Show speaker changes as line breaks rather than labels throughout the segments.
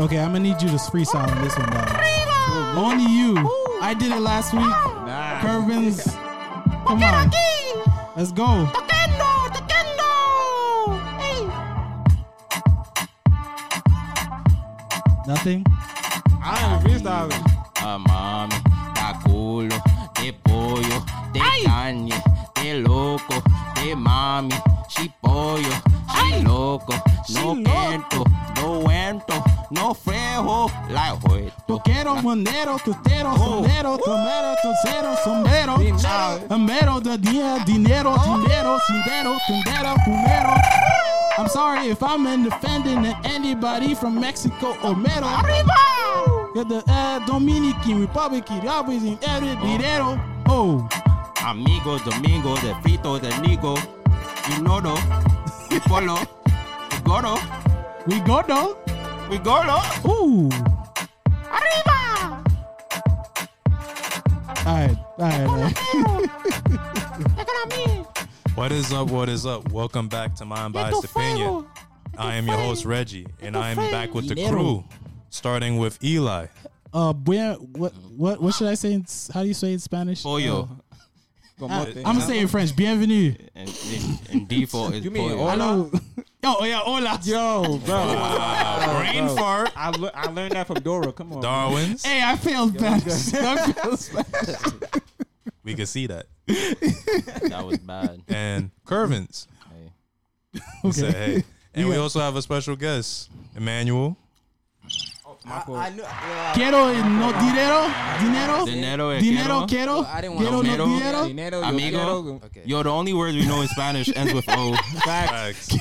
Okay, I'm gonna need you to freestyle on this one, Dallas. Only you. I did it last week.
Nah.
Kervin's. Come on. Let's go. Nothing.
I ain't freestyling.
a Ah, mami, da culo, de pollo, de carne, de loco, de mami, she pollo, she loco, no
She
quento, no cuento, no frejo, like hueto.
Toquero, monero, tutero, sonero, tomero, tocero, sombrero.
Dinero.
Amero, the dia, dinero, dinero, sindero, tundero, fumero. I'm sorry if I'm offending anybody from Mexico or Mero. Get the uh, Dominican Republic, always in every dinero. Oh,
Amigo, domingo, de frito, de nigo, you know though, we polo, we goro,
we go though.
we goro.
Ooh. Arriba! All right, all right.
What is up? What is up? Welcome back to Mind Biased Opinion. I am your host Reggie, and I am back with the crew, starting with Eli.
Uh, where, what, what, what should I say? In, s- how do you say it in Spanish? Uh,
Pollo.
I'm gonna say it in French. Bienvenue.
And, and, and default is
You mean
pollo.
hola?
Oh yeah, hola.
Yo, bro.
Wow, Uh, brain fart,
I, le- I learned that from Dora. Come on. bro.
Darwin's.
Oh. Hey, I failed Spanish. I failed Spanish.
We can see that.
That was bad.
And Curvins.
Hey.
We said, hey. And we also have a special guest, Emmanuel.
My fault.
I knew. yeah,
Quiero no dinero, dinero,
Dinero es
dinero. Quiero,
quiero.
I didn't
quiero
want
no
Romero.
dinero.
Dinero, yo
Amigo.
quiero-
Okay.
Yo, the only word we know in Spanish ends with O.
Facts.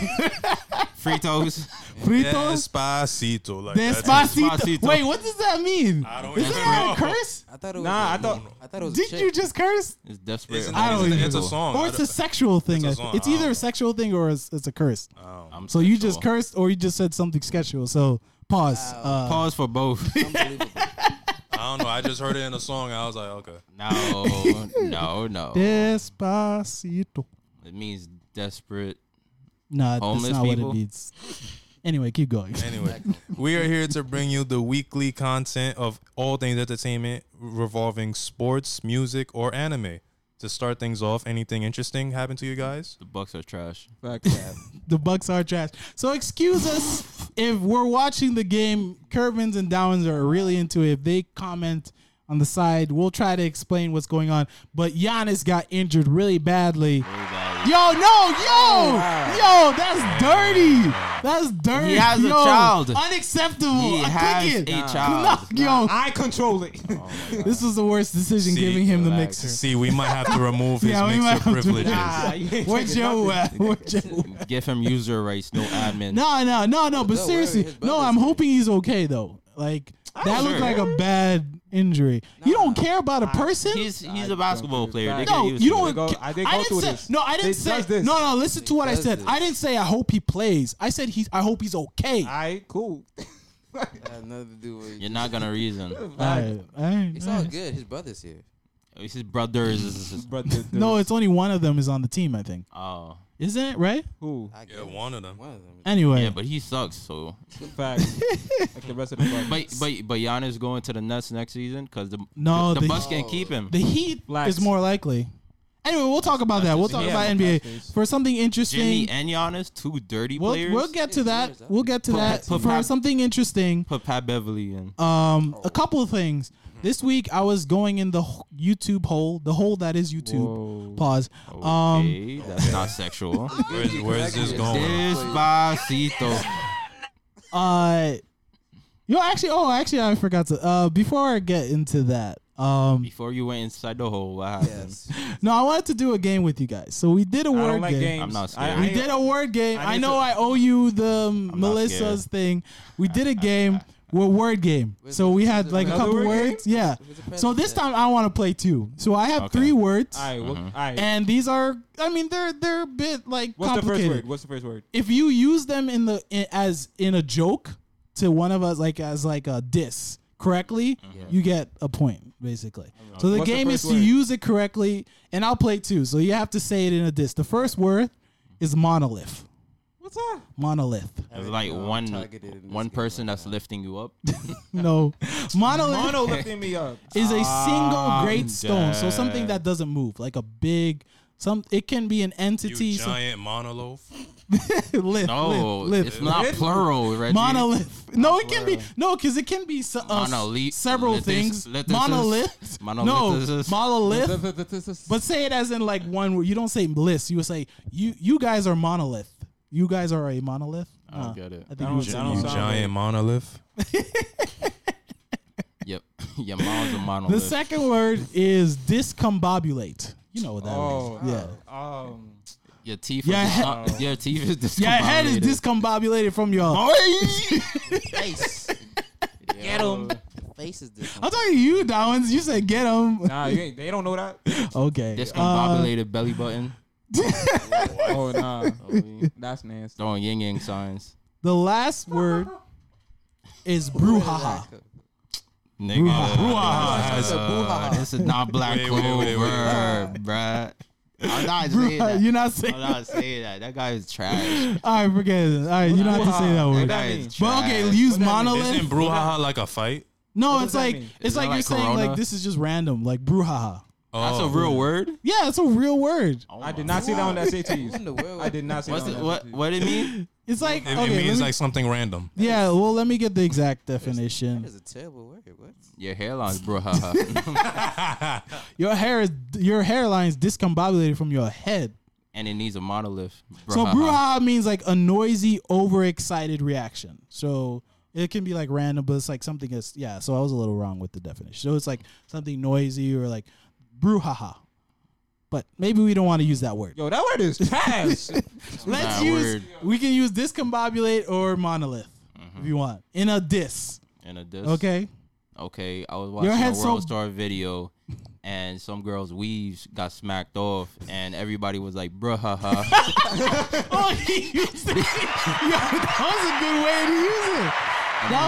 Fritos.
Fritos,
Despacito. Like, that's-
despacito.
Despacito.
Wait, what does that mean?
I don't
Is
even
that a
know.
curse?
I thought it was.
Nah,
a-
I thought-
I thought it was. a
Did
chick.
you just curse?
It's desperate.
It's, an-
I don't
it's, a-
even
it's a
know.
song.
Or
Oh, I
it's
don't-
a sexual thing.
a
I
song,
think. It's
I
either
don't
a sexual thing or it's, it's a curse.
Uh,
I'm
So you just
sexual.
cursed or you just said something sexual. So pause. Uh,
Pause for both.
Unbelievable.
I don't know. I just heard it in a song. I was like, okay.
no, no, no.
Despacito.
It means desperate.
Nah,
Homeless
that's not
people?
what it means. Anyway, keep going.
Anyway, we are here to bring you the weekly content of all things entertainment revolving sports, music, or anime. To start things off, anything interesting happened to you guys?
The Bucks are trash.
Fuck that.
The Bucks are trash. So excuse us if we're watching the game. Kerbins and Downs are really into it. If they comment on the side, we'll try to explain what's going on. But Giannis got injured really badly.
Everybody.
Yo, no, yo, yo, that's dirty. That's dirty.
He has a
yo.
child.
Unacceptable.
He
I
has
click it.
a child.
No, yo,
I control it.
Oh. this was the worst decision
See,
giving him the
relax.
mixer.
See, we might have to remove his
Yeah, we might have
mixer
to-
privileges.
Nah, Ah, you ain't
Where's
taking
Joe
nothing.
at? Where's Joe?
Give him user rights, no admin.
No, no, no, no. But
No, wait,
seriously,
his
no.
brother's
I'm
here.
hoping he's okay though. Like that
sure.
looked like a bad injury. you don't care about a person.
He's he's
I
a basketball
don't
player. They
think
can
no,
use
you
him.
don't.
go-
ca-
I
I,
did go through
didn't say.
this.
No, I
They
didn't say.
does this.
No, no. Listen to what I
does
said.
this.
I didn't say. I hope he plays. I said he's. I hope he's okay.
All right, cool.
It had nothing to do with.
You're not gonna reason.
All right, all right,
It's
all
all
right.
good. His brother's here.
It's his brothers. it's his-
But the, the,
No, it's only one of them is on the team. I think,
Oh,
isn't it right?
cool.
I get
Yeah,
it.
one of them.
One of them.
Anyway,
yeah, but he sucks. So,
Facts. like the rest of the Bucks.
but but but Giannis going to the Nets next season because the
No,
the,
the-
Bucks can't keep him.
the Heat
Blacks.
is more likely. Anyway, we'll talk about that. We'll talk
yeah,
about
the
NBA
Blacks.
for something interesting.
Jimmy and Giannis, two dirty
We'll,
players.
we'll get to that.
years,
We'll get to
Put-
that
put
for
Pat-
something interesting.
put Pat Beverly in.
Um, a couple of things.
Mm-hmm.
This week I was going in the h- YouTube hole, the hole that is YouTube.
Whoa.
Pause. Um,
Okay, that's not sexual.
Where's, where's this going?
Despacito.
uh, yo, actually, oh, actually, I forgot to. Uh, before I get into that, um,
Before you went inside the hole, what happened?
Yes.
no, I wanted to do a game with you guys. So we did a
I
word
don't like
game.
games.
I'm not
I-
scared.
I
We
ain't-
did a word game.
I
I,
need
know
to-
I owe you the
scared.
Melissa's thing. We did a game. We're word game. So we had like a
Another
couple
word game?
words. Yeah.
Who's
So
the
this time
president?
I want to play two. So I have
Okay.
three words,
All right, well, all right.
Mm-hmm. and these are I mean they're they're a bit like
What's the
complicated.
first word? What's the first word?
If you use them in the in, as in a joke to one of us, like as like a diss, correctly, you get a point basically. So the
What's the
game is
first
to
word?
use it correctly, and I'll play two. So you have to say it in a diss. The first word is monolith.
What's that?
Monolith.
It's like one
uh, targeted in this
one
game
person that's lifting you up.
No, monolith.
Mono lifting me up.
is a single great stone. So something that doesn't move, like a big some. It can be an entity.
You
Some,
giant monolith.
lith,
No,
lith, lith,
it's not
lith.
plural, Reggie.
Monolith. No, it can be no, because it can be se- uh,
Monolith-
several
lithis-
things.
lithis-
monolith. No,
monolithisis.
monolith.
But
But say it as in like one where you don't say list. You would say you. You guys are monolith. You guys are a monolith.
I don't
Uh,
get it.
I
I
think you
don't-
would
I
say
don't
you.
sound-
Giant monolith.
Yep, your mom's a
The
monolith.
second word is discombobulate. You know what that
Oh,
means? Yeah.
Um,
your teeth.
Yeah,
Are
he-
Oh.
discom- your teeth is discombobulated. Oh,
Your head is discombobulated from your.
face.
Get him.
face is this.
I'm talking to you, Downs. You said get him.
Nah, you ain't, they don't know that.
Okay. Uh,
discombobulated belly button.
oh nah, that's nasty.
Throwing yin yang signs.
the last word is brouhaha.
Nigga,
That's a
Uh, this is not black
Wait,
clover,
wait, wait, wait.
bruh. I'm not saying
Brouhaha.
that.
You're not saying.
I'm not saying that. That guy is trash.
All right, forget it. All right, you don't have to say that
That
word.
guy
mean?
is
But
trash.
okay, use
Isn't
monolith.
brouhaha like a fight?
No,
does
it's
that
like
mean?
it's
Is that
like you're
like
saying
corona?
like this is just random, like brouhaha.
That's a
Oh.
real word.
Yeah, it's a real word.
I did not see that on the SATs. I did not see
What's
that.
it,
on the
what?
SATs.
What it mean?
It's like
It, it
okay, let
means
me-
like something random.
yeah. Well, let me get the exact definition.
That is a terrible word. What?
Your hairline's brouhaha,
Your hair is your hairline is discombobulated from your head.
and it needs a monolith.
So brouhaha means like a noisy, overexcited reaction. So it can be like random, but it's like something that's yeah. So I was a little wrong with the definition. So it's like something noisy or like brouhaha. But maybe we don't want to use that word.
Yo, that word is trash.
Let's
Bad
use
word.
we can use discombobulate or monolith if you want in a diss.
And a disc.
Okay,
Okay. I was watching a
head's
World
so-
Star video, and some girl's weaves got smacked off, and everybody was like, "Bruhaha."
oh, he used it. Yo, that was a good way to use it. That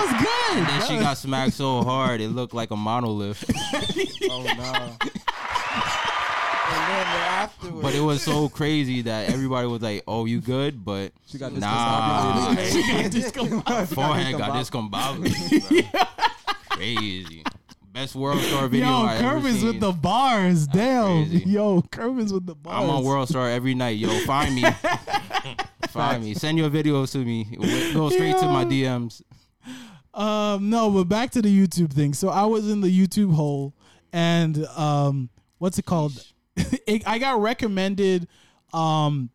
and
was
she
good.
got smacked so hard it looked like a monolith,
oh no.
And then afterwards,
but it was so crazy that everybody was like, "Oh, you good?" But
She got
nah,
discombobulated.
She got discombobulated.
forehead got discombobulated. bro. Crazy. Best World Star video
Yo,
I ever
Kermit's
seen.
with the bars. Damn.
crazy.
Yo, Kermit's with the bars.
I'm on World Star every night. Yo, find me. find me. Send your videos to me. Go straight to my DMs.
Um, no, but back to the YouTube thing. So I was in the YouTube hole, and um, what's it called? it, I got recommended um,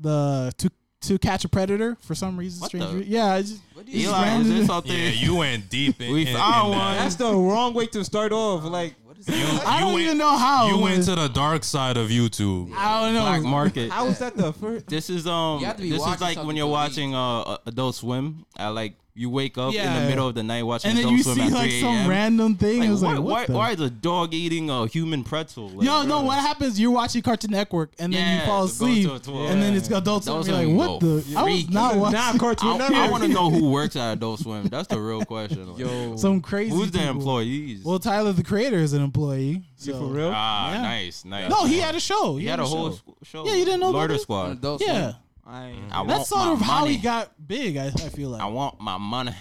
the to to catch a predator for some reason.
What
Stranger,
the-
yeah, I just, it's just
Eli, is
random.
this out there?
Yeah, you went deep. In,
We
in-
found
in that.
one.
That's the wrong way to start off. Like,
I
You
don't
went-
even know how
You went
but-
to the dark side of YouTube.
I don't know.
Black market.
how is that the first?
This is um.
You have to be
This is
watching
like when
something
you're
to
watching uh uh, Adult Swim. I like you wake up in
Yeah.
the middle of the night watching
and then
Adult
you
Swim
see
at
like
3
some
a.m.
random thing.
Like,
and it's
why,
like,
why,
what the-
why is a dog eating a human pretzel? Like,
Yo, no,
bro.
what happens? You're watching Cartoon Network, and then you
Yeah,
fall
go
asleep,
to a twelve.
and then it's Adult Swim.
Those
You're
are
like, what
evil.
the? I was
Freaky.
not watching
Not
I,
cartoon.
I want to know who works at Adult Swim. That's the real question. Like,
Yo,
some crazy.
who's the
people.
employees?
Well, Tyler the Creator is an employee.
you
so-
for real?
ah,
yeah.
nice, nice.
No, he had a show.
He had a whole
show.
squ- show.
Yeah, you didn't know about
Murder
this?
Squad.
adult
Yeah,
I ain't.
I
that's
want
sort of
my
how he
money.
got big. I, I feel like.
I want my money.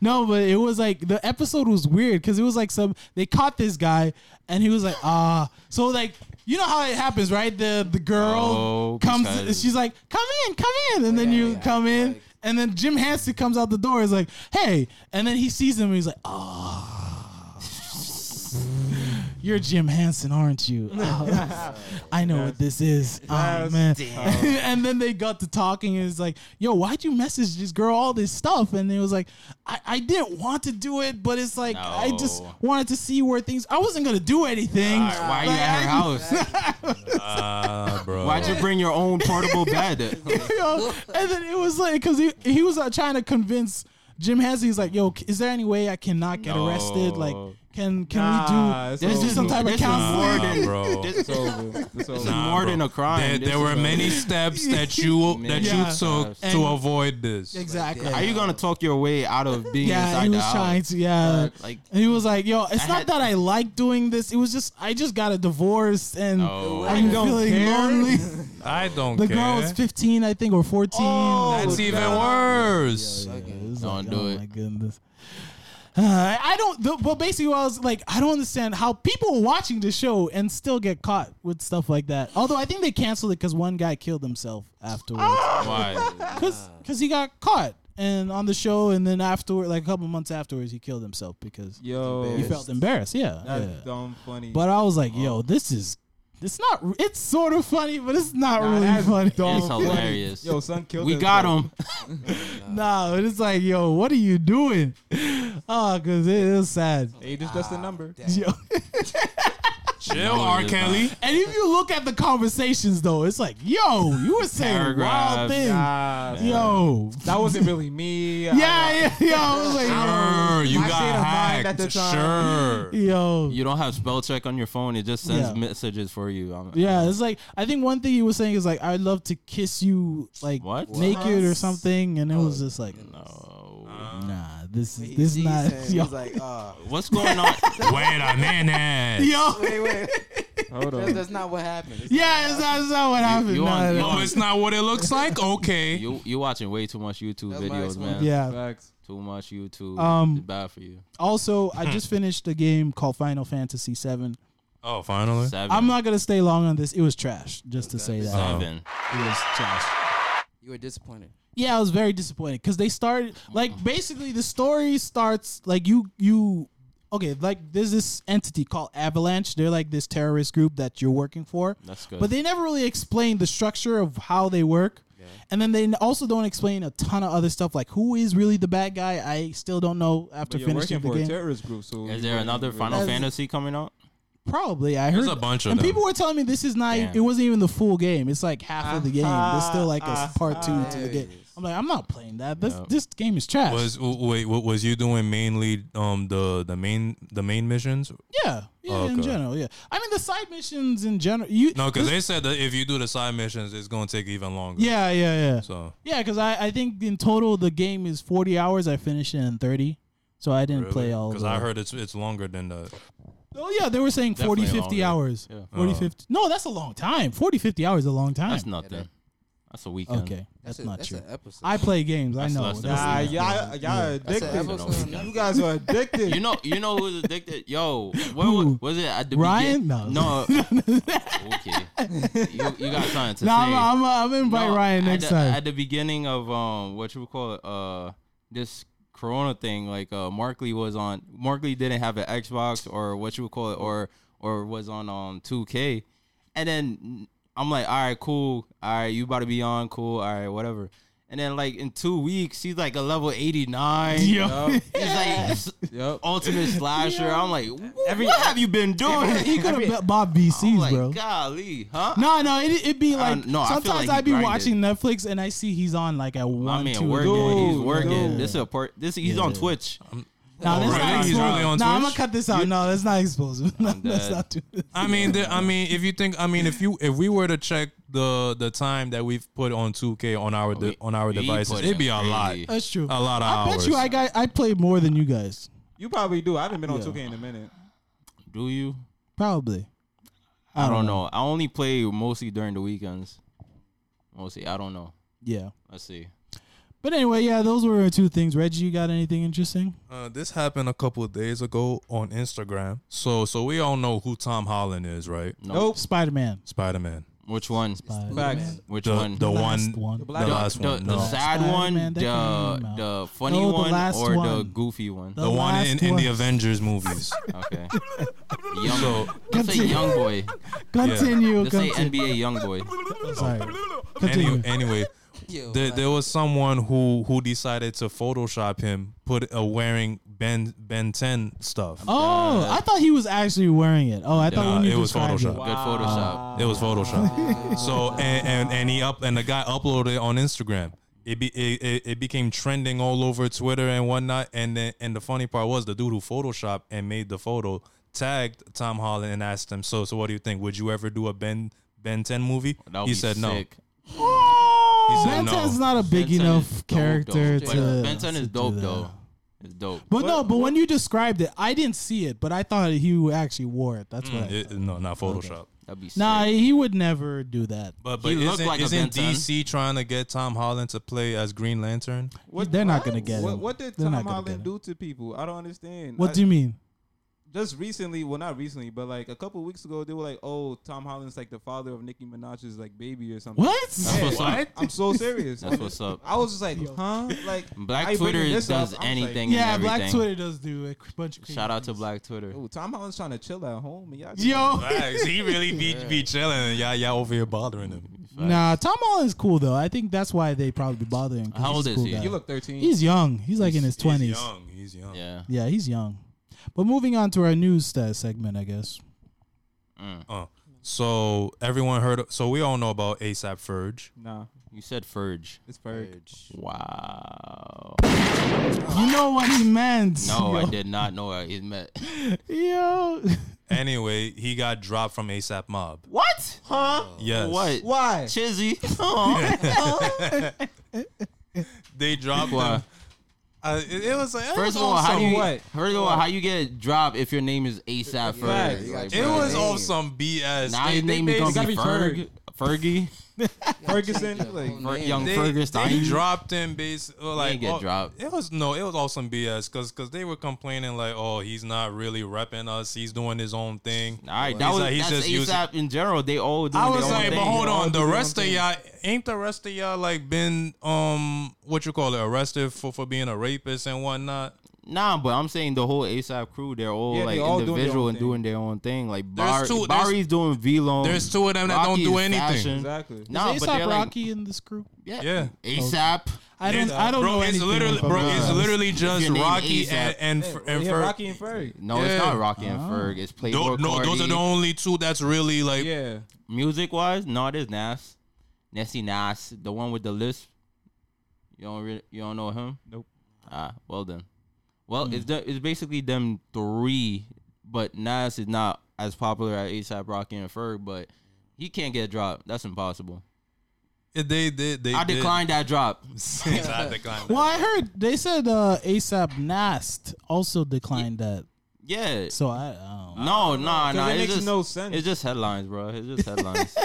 no, but it was like the episode was weird because it was like some they caught this guy and he was like ah so like you know how it happens right the the girl
Oh,
comes
because-
she's like come in come in and then you come in and then Jim Hansen comes out the door is like hey and then he sees him and he's like ah. You're Jim Hansen, aren't you? Ah, I know what this is. Ah, man. and then they got to talking, and it's like, yo, why'd you message this girl all this stuff? And it was like, I, I didn't want to do it, but it's like, I just
No.
wanted to see where things. I wasn't gonna do anything.
Why are you
Like,
at
I-
her house?
Ah, bro.
Why'd you bring your own portable bed?
you know? And then it was like, because he, he was uh, trying to convince Jim Henson's like, yo, c- is there any way I cannot get arrested? Like,
No.
can can
Nah,
we
it's
do let's do
over.
some type of
This is more
counseling?
than-
Nah, Ah, bro.
This-
It's over. It's over.
Nah. more than a crime.
There,
This
there
is
were
a-
many steps that you that
Yeah.
you took to avoid this.
Exactly.
Are you gonna talk your way out of being
yeah,
inside
he
the
was
house?
trying to. Yeah,
like-
And he was like, "Yo, it's
I
not
had-
that I like doing this. It was just I just got a divorce and
Oh.
I'm
You don't
feeling
care?
lonely."
I don't
The
care.
girl was 15, I think, or 14.
That's even worse.
Yeah, it was
Oh. Don't
like,
do
oh
it.
My goodness. Uh, I don't. The, but basically, what I was like, I don't understand how people watching the show and still get caught with stuff like that. Although I think they canceled it because one guy killed himself afterwards,
Ah! Why?
because he got caught and on the show, and then afterward, like a couple months afterwards, he killed himself because
Yo,
he felt embarrassed. Yeah,
that's
yeah.
dumb funny.
But I was like,
Oh.
yo, this is. It's not. It's sort of funny, but it's not
Nah,
really
that's
funny.
dumb
It's
funny.
hilarious.
Yo, son killed.
We got
himself.
him.
Nah, but it's like, yo, what are you doing? Oh, cause it is sad.
Hey, just just a number.
Yo.
Chill, R. Kelly.
And if you look at the conversations though, it's like, yo, you were saying wild
Paragraphs.
things.
Nah,
Yo.
that wasn't really me. I-
Yeah, yeah, yo. I was like,
Sure, you
My
got
state of
hacked.
mind at the
Sure.
yo.
You don't have spell check on your phone. It just sends
Yeah.
messages for you. I'm,
Yeah, it's like I think one thing he was saying is like I'd love to kiss you like
What? Oh,
naked or something, and it was just like
No.
nah, this is
He-
this
he
is not
said- he
yo.
was like, uh,
What's going on?
Wait a minute.
yo.
wait, wait.
uh, Hold
That's,
on.
that's not what happened. It's
Yeah, it's not, it's not what happened.
you
Nah,
on-
nah.
Oh, it's not what it looks like? Okay.
you you watching way too much YouTube
That's my
videos, man.
explanation.
yeah.
Facts.
Too much YouTube.
Um,
it's bad for you.
Also, I just finished a game called Final Fantasy VII.
Oh, finally.
7
I'm not gonna stay long on this. It was trash, just to say that.
seven.
It was trash.
You were disappointed.
Yeah, I was very disappointed because they started
Uh-huh.
like basically the story starts like you you okay like there's this entity called Avalanche. They're like this terrorist group that you're working for.
That's good.
But they never really explain the structure of how they work. And then they also don't explain a ton of other stuff like who is really the bad guy. I still don't know after
But you're working
finishing the
for a
game.
terrorist group, so
Is there another Final
That's-
Fantasy coming out?
Probably I heard
There's a bunch of
And
them.
people were telling me this is not.
Damn.
It wasn't even the full game. It's like half of the game. There's still like a
Ah,
part two
ah,
to the
there
game.
it is.
I'm like, I'm not playing that. This
Yep.
this game is trash.
was w- wait, what was you doing mainly um the the main the main missions?
yeah, yeah.
Oh,
In
okay.
general, yeah. I mean, the side missions in general. You
No, cuz
this-
they said that if you do the side missions it's going to take even longer.
yeah, yeah, yeah,
So,
yeah. Because I I think in total the game is 40 hours. I finished it in 30. So I didn't play all. of
cuz I
it.
heard it's it's longer than the
Oh yeah, they were saying 40,
Definitely
50
longer.
hours.
Yeah.
40,
Oh.
50. No, that's a long time. 40, 50 hours is a long time.
That's nothing. That's a weekend.
okay. That's,
a-
not
that's
true.
An episode.
I play games. I
That's
know.
less than a
That's-
Nah,
weekend.
y'all, y'all
That's an
addicted.
episode.
No,
You guys are addicted.
You know, you know who's addicted. Yo, what
Who?
was, was it at the
Ryan?
begin-
No.
no. okay. You, you got something to
Nah, I'm,
say?
I'm, I'm invite
No,
Ryan
at
next
the-
time.
At the beginning of um, what you would call it, uh, this Corona thing, like uh, Markley was on. Markley didn't have an Xbox or what you would call it, or or was on um 2K, and then I'm like, all right, cool, all right, you about to be on, cool, all right, whatever. And then like in two weeks, he's like a level 89.
Yo.
Yup.
He's like this
Yup.
ultimate slasher. I'm like, what have you been doing?
he could have
I'm
bet bought BCs,
like,
bro.
golly, huh?
No, no, it would be like
don't know. I feel
sometimes
like he
I'd be
grinded.
watching Netflix and I see he's on like at one,
I
two.
mean,
in
working.
the morning.
he's
Dude,
working.
no.
This is a part. This he's on Twitch.
Um, Nah, that's
Oh,
not
really? He's
expose-
really on
Nah, I'm gonna
Twitch?
cut this out. No, that's not explosive. that's
dead.
not too.
I mean, the, I mean, if you think, I mean, if you if we were to check the the time that we've put on 2K on our de-
We-
on our
we
devices,
put
it'd be
in
a lot,
crazy.
That's true.
a lot of
I
hours.
bet you I got I played more than you guys.
You probably do. I haven't been on
Yeah.
2K in a minute.
Do you?
Probably.
I don't know. I only play mostly during the weekends. Mostly, I don't know.
Yeah.
Let's see.
But anyway, yeah, those were our two things. Reggie, you got anything interesting?
Uh, this happened a couple of days ago on Instagram. So so we all know who Tom Holland is, right?
No.
Nope.
Spider Man.
Spider Man,
Which one?
Facts.
Which
the
one?
the
Last
one,
one.
the,
The black-
last
the,
one,
the
no. the,
sad
Spider-Man
one,
that
the
came out.
the funny
No, the
one,
last
or the
one.
goofy one.
The
one in,
last
in the
one.
Avengers movies.
Okay. young.
So-
Let's say young boy.
Continue.
Let's say
continue.
NBA young boy.
Sorry. Continue.
Any, anyway,
Yo,
there,
like,
there was someone who who decided to Photoshop him, put uh, wearing Ben Ben 10 stuff.
Oh, I thought he was actually wearing it. Oh, I thought
Nah,
when you
it was
described
Photoshop.
It.
Good Photoshop.
It was Photoshop. so and, and and he up and the guy uploaded it on Instagram. It be it, it, it became trending all over Twitter and whatnot. And then and the funny part was the dude who photoshopped and made the photo tagged Tom Holland and asked him, so so what do you think? Would you ever do a Ben Ben Ten movie?
That would
He
be
said no.
sick.
He said
Ben
no.
10 Oh, is not a big
Ben 10
enough
is dope, though.
character
But
to.
Ben 10
to
is
do
dope
that.
though. It's dope.
But no, but when you described it, I didn't see it, but I thought he actually wore it. That's what. I
Mm, It- no, not Photoshop.
That'd be sick.
Nah, he would never do that.
But but
He looked
isn't,
like a Ben
isn't
10.
DC trying to get Tom Holland to play as Green Lantern?
They're not gonna get
what,
him.
What did
They're not
Tom
gonna get him.
Holland do to people? I don't understand.
What
I-
do you mean?
just recently, well, not recently, but like a couple weeks ago, they were like, "Oh, Tom Holland's like the father of Nicki Minaj's like baby or something."
What?
That's what's up.
I'm so serious.
That's what's up.
I was just like, huh? Like
Black
how you
Twitter
bringing this
does
up? I was like,
anything.
Yeah,
and
Black
everything.
Twitter does do a bunch of. crazy
Shout out to
things.
Black Twitter.
Ooh, Tom Holland's trying to chill at home. Y'all just-
Yo,
Facts. he really be be chilling. and Y'all y'all over here bothering him.
Nah, Tom Holland's cool though. I think that's why they probably be bothering. 'cause
How
he's
old
a
is
cool
he?
guy.
you look 13.
He's young. He's like in his
He's
twenties.
young. He's young.
Yeah.
Yeah, he's young. But moving on to our news uh, segment, I guess.
Uh, so everyone heard. So we all know about ASAP Ferg.
nah,
You said Ferg.
it's Ferg.
Wow.
You know what he meant?
No,
yo.
I did not know what he meant.
Yo,
Anyway, he got dropped from ASAP Mob.
What? Huh?
Yes.
What?
Why?
Chizzy. Aw.
They dropped
Why?
him. Uh, it, it was like it
First
was
of all,
on
how
some-
do you
what?
first of all how you get dropped if your name is ASAP
Facts.
Ferg?
You
Like,
got
It
bro,
was
they-
off some BS.
now
they,
your name
they
is gonna
basically-
be
gotta be
Ferg, Fergie,
Ferguson. Like,
Fer- Young
They,
Fergus.
they
Stein.
dropped him based or like
get
oh,
dropped.
It was no, it was all some BS because they were complaining like, oh, he's not really repping us. He's doing his own thing.
All right, that
He's
was
like- he's
that's
just using-
ASAP in general. They all do.
I was like, but hold
Y'all
on,
do
the
your
rest
own
of
thing.
y'all ain't the rest of y'all like been um what you call it arrested for for being a rapist and whatnot.
Nah, but I'm saying the whole ASAP crew, they're all
Yeah, they
like
all doing their
individual
own
and
thing.
doing their own thing. Like
There's
Bar-
two- there's-
Barry's doing V-Long.
There's two of them that
Rocky
don't do
is
anything.
fashion.
exactly.
Nah,
is
but they're
ASAP
like,
Rocky in this group?
Yeah.
ASAP.
I don't.
It's-
I don't
bro,
know
it's
anything.
literally
about
bro,
him.
it's literally just
your name
Rocky
ASAP.
and and, Fer- and
Yeah,
Fer-
Rocky and Ferg.
No,
Yeah. Oh.
it's not Rocky and Ferg. It's
Tho-
Playboy
no, those are the only two that's really like
Yeah,
Music wise, no, it is Nas. Nessie Nas, the one with the lisp. You don't re- you don't know him?
Nope.
Ah, well then. Well,
Hmm.
it's the, it's basically them three, but Nas is not as popular as ASAP Rocky and Ferg, but he can't get dropped. That's impossible.
they did. They
I
did.
declined that drop.
I declined.
Well, I heard they said uh, ASAP Nast also declined that.
Yeah.
So I, um, I don't know.
No, nah,
'Cause
nah.
it
it's
makes
just,
no sense.
It's just headlines, bro. It's just headlines.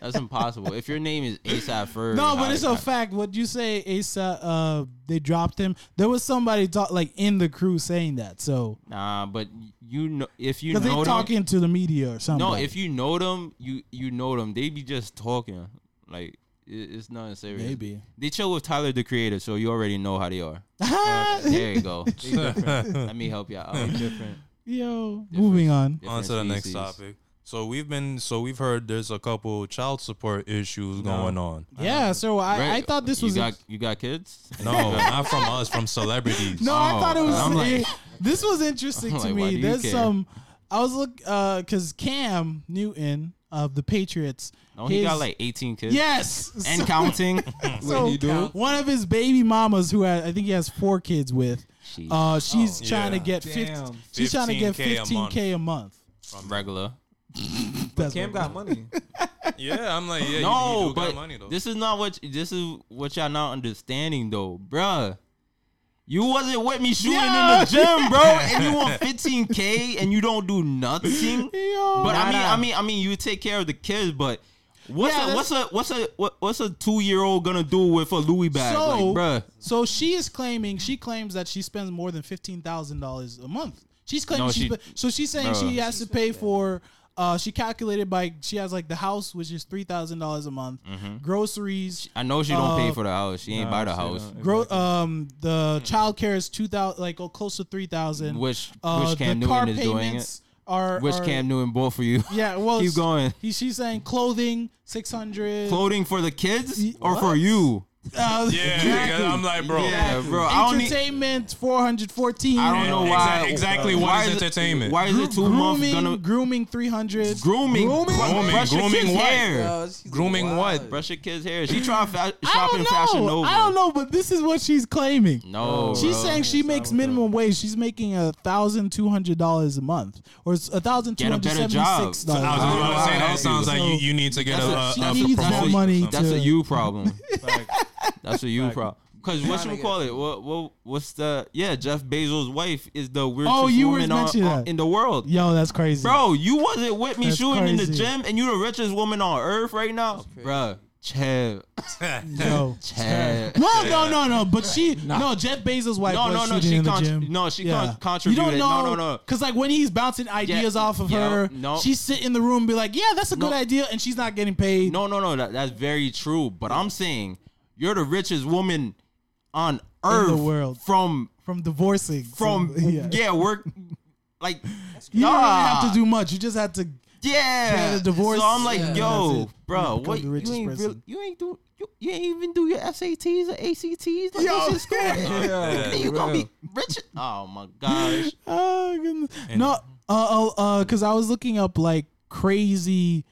That's impossible. If your name is ASAP Ferg,
No,
how
but it's
it
a
got-
fact. What you say, ASAP? Uh, they dropped him. There was somebody talk, like in the crew saying that. So
Nah, but you know, if you
because they
know them,
talking to the media or something.
No, if you know them, you you know them. They be just talking. Like it, it's nothing serious.
Maybe.
they chill with Tyler the Creator, so you already know how they are. there you go. Let me help you out.
different.
Yo, moving on.
Different
on to the next
species.
topic. So we've been so we've heard there's a couple child support issues going on.
Yeah, so I, I
Right?
thought this
you
was
got, you got kids.
No, not from us, from celebrities.
no. I
Oh,
thought it was
I'm like-
this was interesting
I'm
to
like, why
me.
do you
There's
care?
some I was look because Cam Newton of the Patriots.
No, Oh, he got
his-
like 18 kids.
yes,
and
so-
counting.
so
Wait, he do?
one of his baby mamas who I, I think he has four kids with.
Sheesh.
Uh, she's
Oh,
trying to
Yeah.
get
Damn.
15, she's trying to get
15K a month.
15k a month.
regular.
That's
Cam
what-
got money.
Yeah, I'm like, yeah,
no,
you, you do
but
got money though.
this is not what this is what y'all not understanding though, bruh. You wasn't with me shooting in the gym, bro, and you want 15k and you don't do nothing.
Yo.
But I mean,
Nah.
I mean, I mean, you take care of the kids, but what's
Yeah,
a, what's a what's a what, what's a two year old gonna do with a Louis bag,
So,
like, bruh?
so she is claiming she claims that she spends more than fifteen thousand dollars a month. She's claiming
No,
she,
she-
spe- so she's saying
Bruh.
she has to pay for. Uh, she calculated by she has like the house, which is three thousand dollars a month, groceries.
I know Mm-hmm. she don't
Uh,
pay for the house. She ain't buy the
Oh,
house,
Gro- um, the child care is two thousand, like oh, close to three thousand.
which
uh,
which Cam
the car
Newton is doing it.
payments Are
Which
are,
Cam Newton bought for you?
Yeah, well,
keep going.
He, she's saying clothing six hundred.
Clothing for the kids or
What?
for you?
Uh,
Yeah,
exactly.
nigga, I'm like, bro.
Yeah, bro. I don't need.
Entertainment 414.
I don't know
Exa-
why.
exactly what is
it-
entertainment?
Why is it two months
grooming,
gonna
grooming 300.
grooming?
Grooming?
Brush-
Grooming,
brush your
grooming
kid's
what?
hair.
Yo, she's
Grooming
wild.
what,
Brush your kid's hair. She trying fa-
I
shopping
don't
Fashion
know.
Nova.
I don't know, but this is what she's claiming.
No,
She's
bro.
saying she makes minimum wage. She's making a thousand two hundred dollars a month, or a thousand two
Get a
hundred
better job.
seventy-six
I was just
dollars.
about to say that. It sounds like you,
So-
you need to get a,
uh, That's
a,
a-
a
she needs that
promotion.
money.
or something.
That's
to-
a you problem.
Like,
That's a you problem. Because what you
nigga.
call it? What what what's the yeah? Jeff Bezos' wife is the weirdest
Oh, you were
woman on,
mentioning
on-
that.
in the world.
Yo, that's crazy,
Bro, you wasn't with me
That's
shooting in the
crazy.
gym, and you the richest woman on earth right now, bro. Chill,
Yo.
chill.
No, no, no, no. But she, no, Jeff Bezos' wife
No,
was
no, no,
shooting
she
in the
con-
gym.
no, she con-
You don't
contributed.
know,
No, no, no.
Because like when he's bouncing ideas off of
yeah,
her,
no.
she sit in the room and be like, "Yeah, that's a
No.
good idea," and she's not getting paid.
No, no, no. That, that's very true. But I'm saying you're the richest woman on earth
world.
from
from divorcing.
from yeah. work like
You don't even have to
nah.
do much. You just have to.
yeah.
the divorce.
So I'm like,
Yeah,
yo,
that's it. You
bro,
become
what
the
you
richest
ain't
person.
really, you ain't do you, you ain't even do your SATs or ACTs like
Yo.
this is school.
yeah,
you gonna
bro.
be rich? Oh my gosh.
Oh goodness. No, uh, uh, because I was looking up like crazy,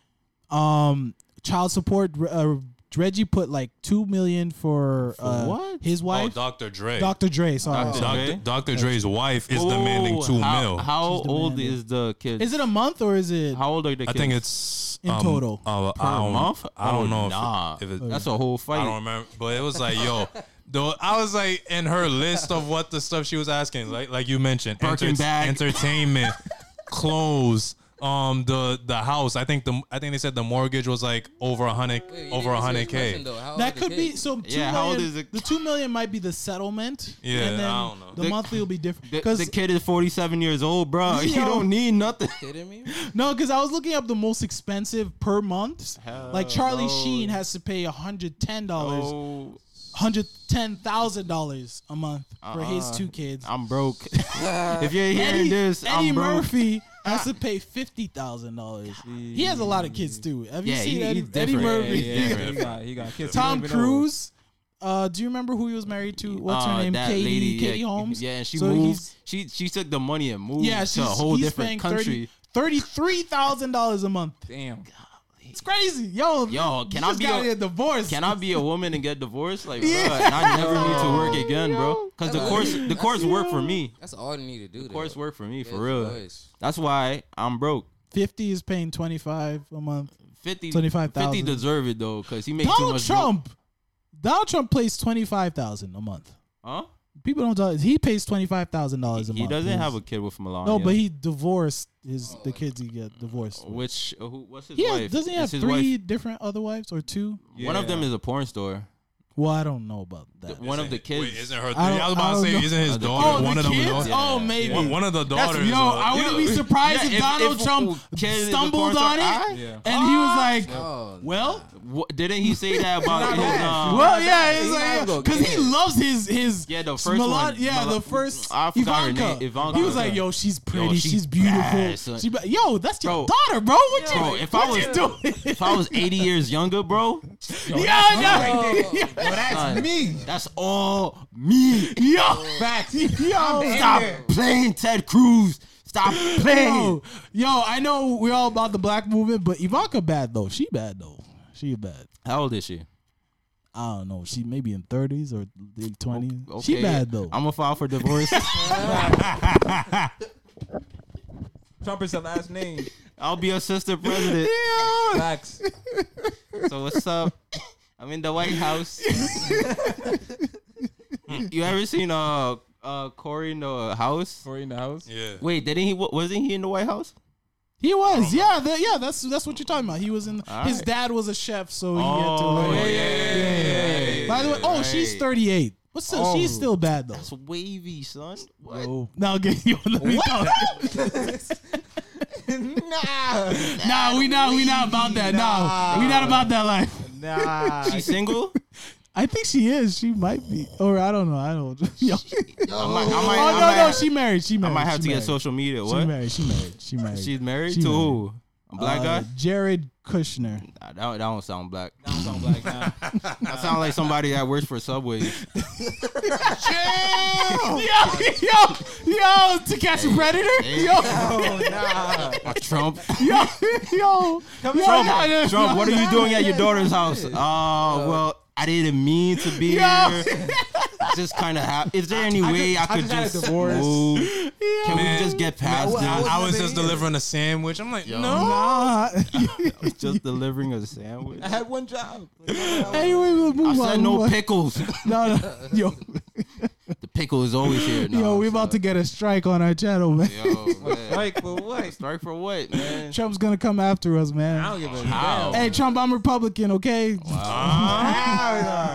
um, child support. Uh, Reggie put like two million for, uh,
what?
his
Oh,
wife,
Dr. Dre.
Dr. Dre. Sorry,
Dr.
Dr.
Dre?
Dr. Dre's wife is demanding
Whoa,
two
Oh, how,
mil.
How old
demanding.
is the kid?
is it a month or is it?
how old are the
I
kids?
think it's
In
um,
total.
Uh,
per
I don't,
month.
I don't
Oh,
know.
Nah,
If, if it,
that's a whole fight.
I don't remember, but it was like, yo, though I was like in her list of what the stuff she was asking, like like you mentioned,
Birkin bag.
entertainment, clothes, um, the the house. I think the I think they said the mortgage was like over a hundred
Wait, you
over a
didn't answer his
hundred k.
question, though. How old
That
are the
could be
kids?
so. Two
Yeah, how old
million-
is it?
The two million might be the settlement.
Yeah,
and then
I don't know.
The,
The-
monthly will be different.
The,
Because
the kid is 47 years old, bro. You
Yo.
don't need nothing.
Kidding me?
no, because I was looking up the most expensive per month.
Hell
like Charlie
no.
Sheen has to pay hundred ten dollars,
Oh,
hundred ten thousand dollars a month for his two kids.
Uh-uh. I'm broke. if you're hearing
Eddie,
this,
Eddie
I'm broke.
Murphy has to pay fifty thousand dollars. He has a lot of kids too. Have you
Yeah,
seen
he-
Eddie,
he's
Eddie
different.
Murphy?
yeah, yeah,
Yeah.
he got, he got kids.
Tom
You don't even know.
Cruise. Uh, do you remember who he was married to? What's
Uh,
her name?
that
Katie,
lady,
Katie
yeah,
Holmes.
Yeah, and she
So
moved.
he's-
She she took the money and moved
Yeah, she's
to a whole
he's
different
paying
country.
30 $33,000 dollars a month.
Damn.
It's crazy. Yo,
Yo,
you
can I
just
be
got
a,
a divorce.
can I be a woman and get divorced? Like,
Yeah.
bruh, and I never need to work again, bro. Because the
That's-
course the course worked for me.
That's all you need to do. The
Course worked for me
Yeah,
for real.
choice.
That's why I'm broke.
50 is paying 25 a month.
50,
25,000.
50 deserve it though, because he makes too
Donald
much.
Trump. Donald Trump pays 25,000 a month.
Huh?
People don't tell he pays $25,000 a month.
He doesn't
Yes.
have a kid with Melania.
No, but he divorced his the kids he got divorced. with.
Which uh, who, what's his
He has,
wife?
doesn't he
It's
have
his
three different other wives or two?
Wife. One of them
Yeah.
is a porn star.
Well, I don't know about that.
One of the kids.
Wait, isn't her?
I don't-
I, was
I
about to
don't
say,
know.
isn't his
Oh, the
daughter
kids?
one of them?
kids?
Daughter,
Oh, maybe.
one, one of the
That's-
daughters.
Yo,
uh,
I wouldn't be surprised
Yeah,
if,
if-
Donald
if
Trump
kid is a
stumbled
porn star-
on it
I- Ah.
Yeah.
and he was like,
Oh,
"Well,
Wha- Uh, didn't he say that about his? Um,
well, yeah,
He
it's
might as well
like because
get
he
it.
loves his his
Yeah, the
s-
first one.
yeah,
Mel-
the first
I forgot her
Ivanka.
name, Ivanka.
He was like, "Yo, she's pretty, she's,
she's
beautiful,
bad, son.
she ba- yo, that's your
Bro.
daughter, bro. What you,
Bro, if I
what
was-
you doing?
if I was 80 years younger, bro,
yo, yo,
Oh,
Well, that's
son,
me.
that's all me.
yo, yo,
Stop playing Ted Cruz. Stop playing.
yo, yo, I know we're all about the black movement, but Ivanka bad though. She bad though. She bad.
How old is she?
I don't know. She maybe in thirties or twenties. She bad though.
I'm gonna file for divorce.
Trump is the last name.
I'll be assistant president.
Facts.
So what's up? I'm in the White House. you ever seen uh uh Corey in the house?
Corey in the house.
Yeah.
Wait, didn't he? wa- Wasn't he in the White House?
He was, yeah, the, yeah. That's that's what you're talking about. He was in.
All
his
right.
dad was a chef, so
Oh,
he had to.
yeah,
yeah. By the way, oh, she's 38, but still, she's still bad though.
That's wavy, son. Oh. What?
Now get you. Let me nah, nah, we not, we not about that. Nah, we not about that life.
Nah.
She's single.
I think she is. She might be, or I don't know. I don't. Yo.
I might, I might,
oh
I might,
no, no, she married. She
I
married.
might have
she
to
married.
get social media.
She
What?
married. She married. She married.
She's married
She
to who? A black
Uh,
guy.
Jared Kushner.
Nah, that, that don't sound black.
Nah, I'm on black now.
That sound like somebody that works for Subway.
yo, yo, yo, to catch a predator.
hey.
Yo,
Oh, nah.
Trump.
yo, yo, yo,
Trump,
yo, yo,
Trump,
yo,
what are you
yo,
doing at
yo,
your daughter's house? Oh, well, I didn't mean to be
Yo.
here. just kind of hap Is there any way I
I
could
just got a
just
divorce.
move? Can
Man.
we just get past
Man,
this?
I
I-
was
Wasn't
just
even-
delivering a sandwich. I'm like,
Yo.
no.
I was just delivering a sandwich.
I had one job.
Anyway, we'll
I
move on.
said no
What-
pickles.
No, no, yo,
The pickle is always here. No,
yo, we about to get a strike on our channel, man.
Yo, man.
Like, but what?
Strike for what, man?
Trump's gonna come after us, man.
I don't give a
How?
Hey, Trump, I'm Republican, okay?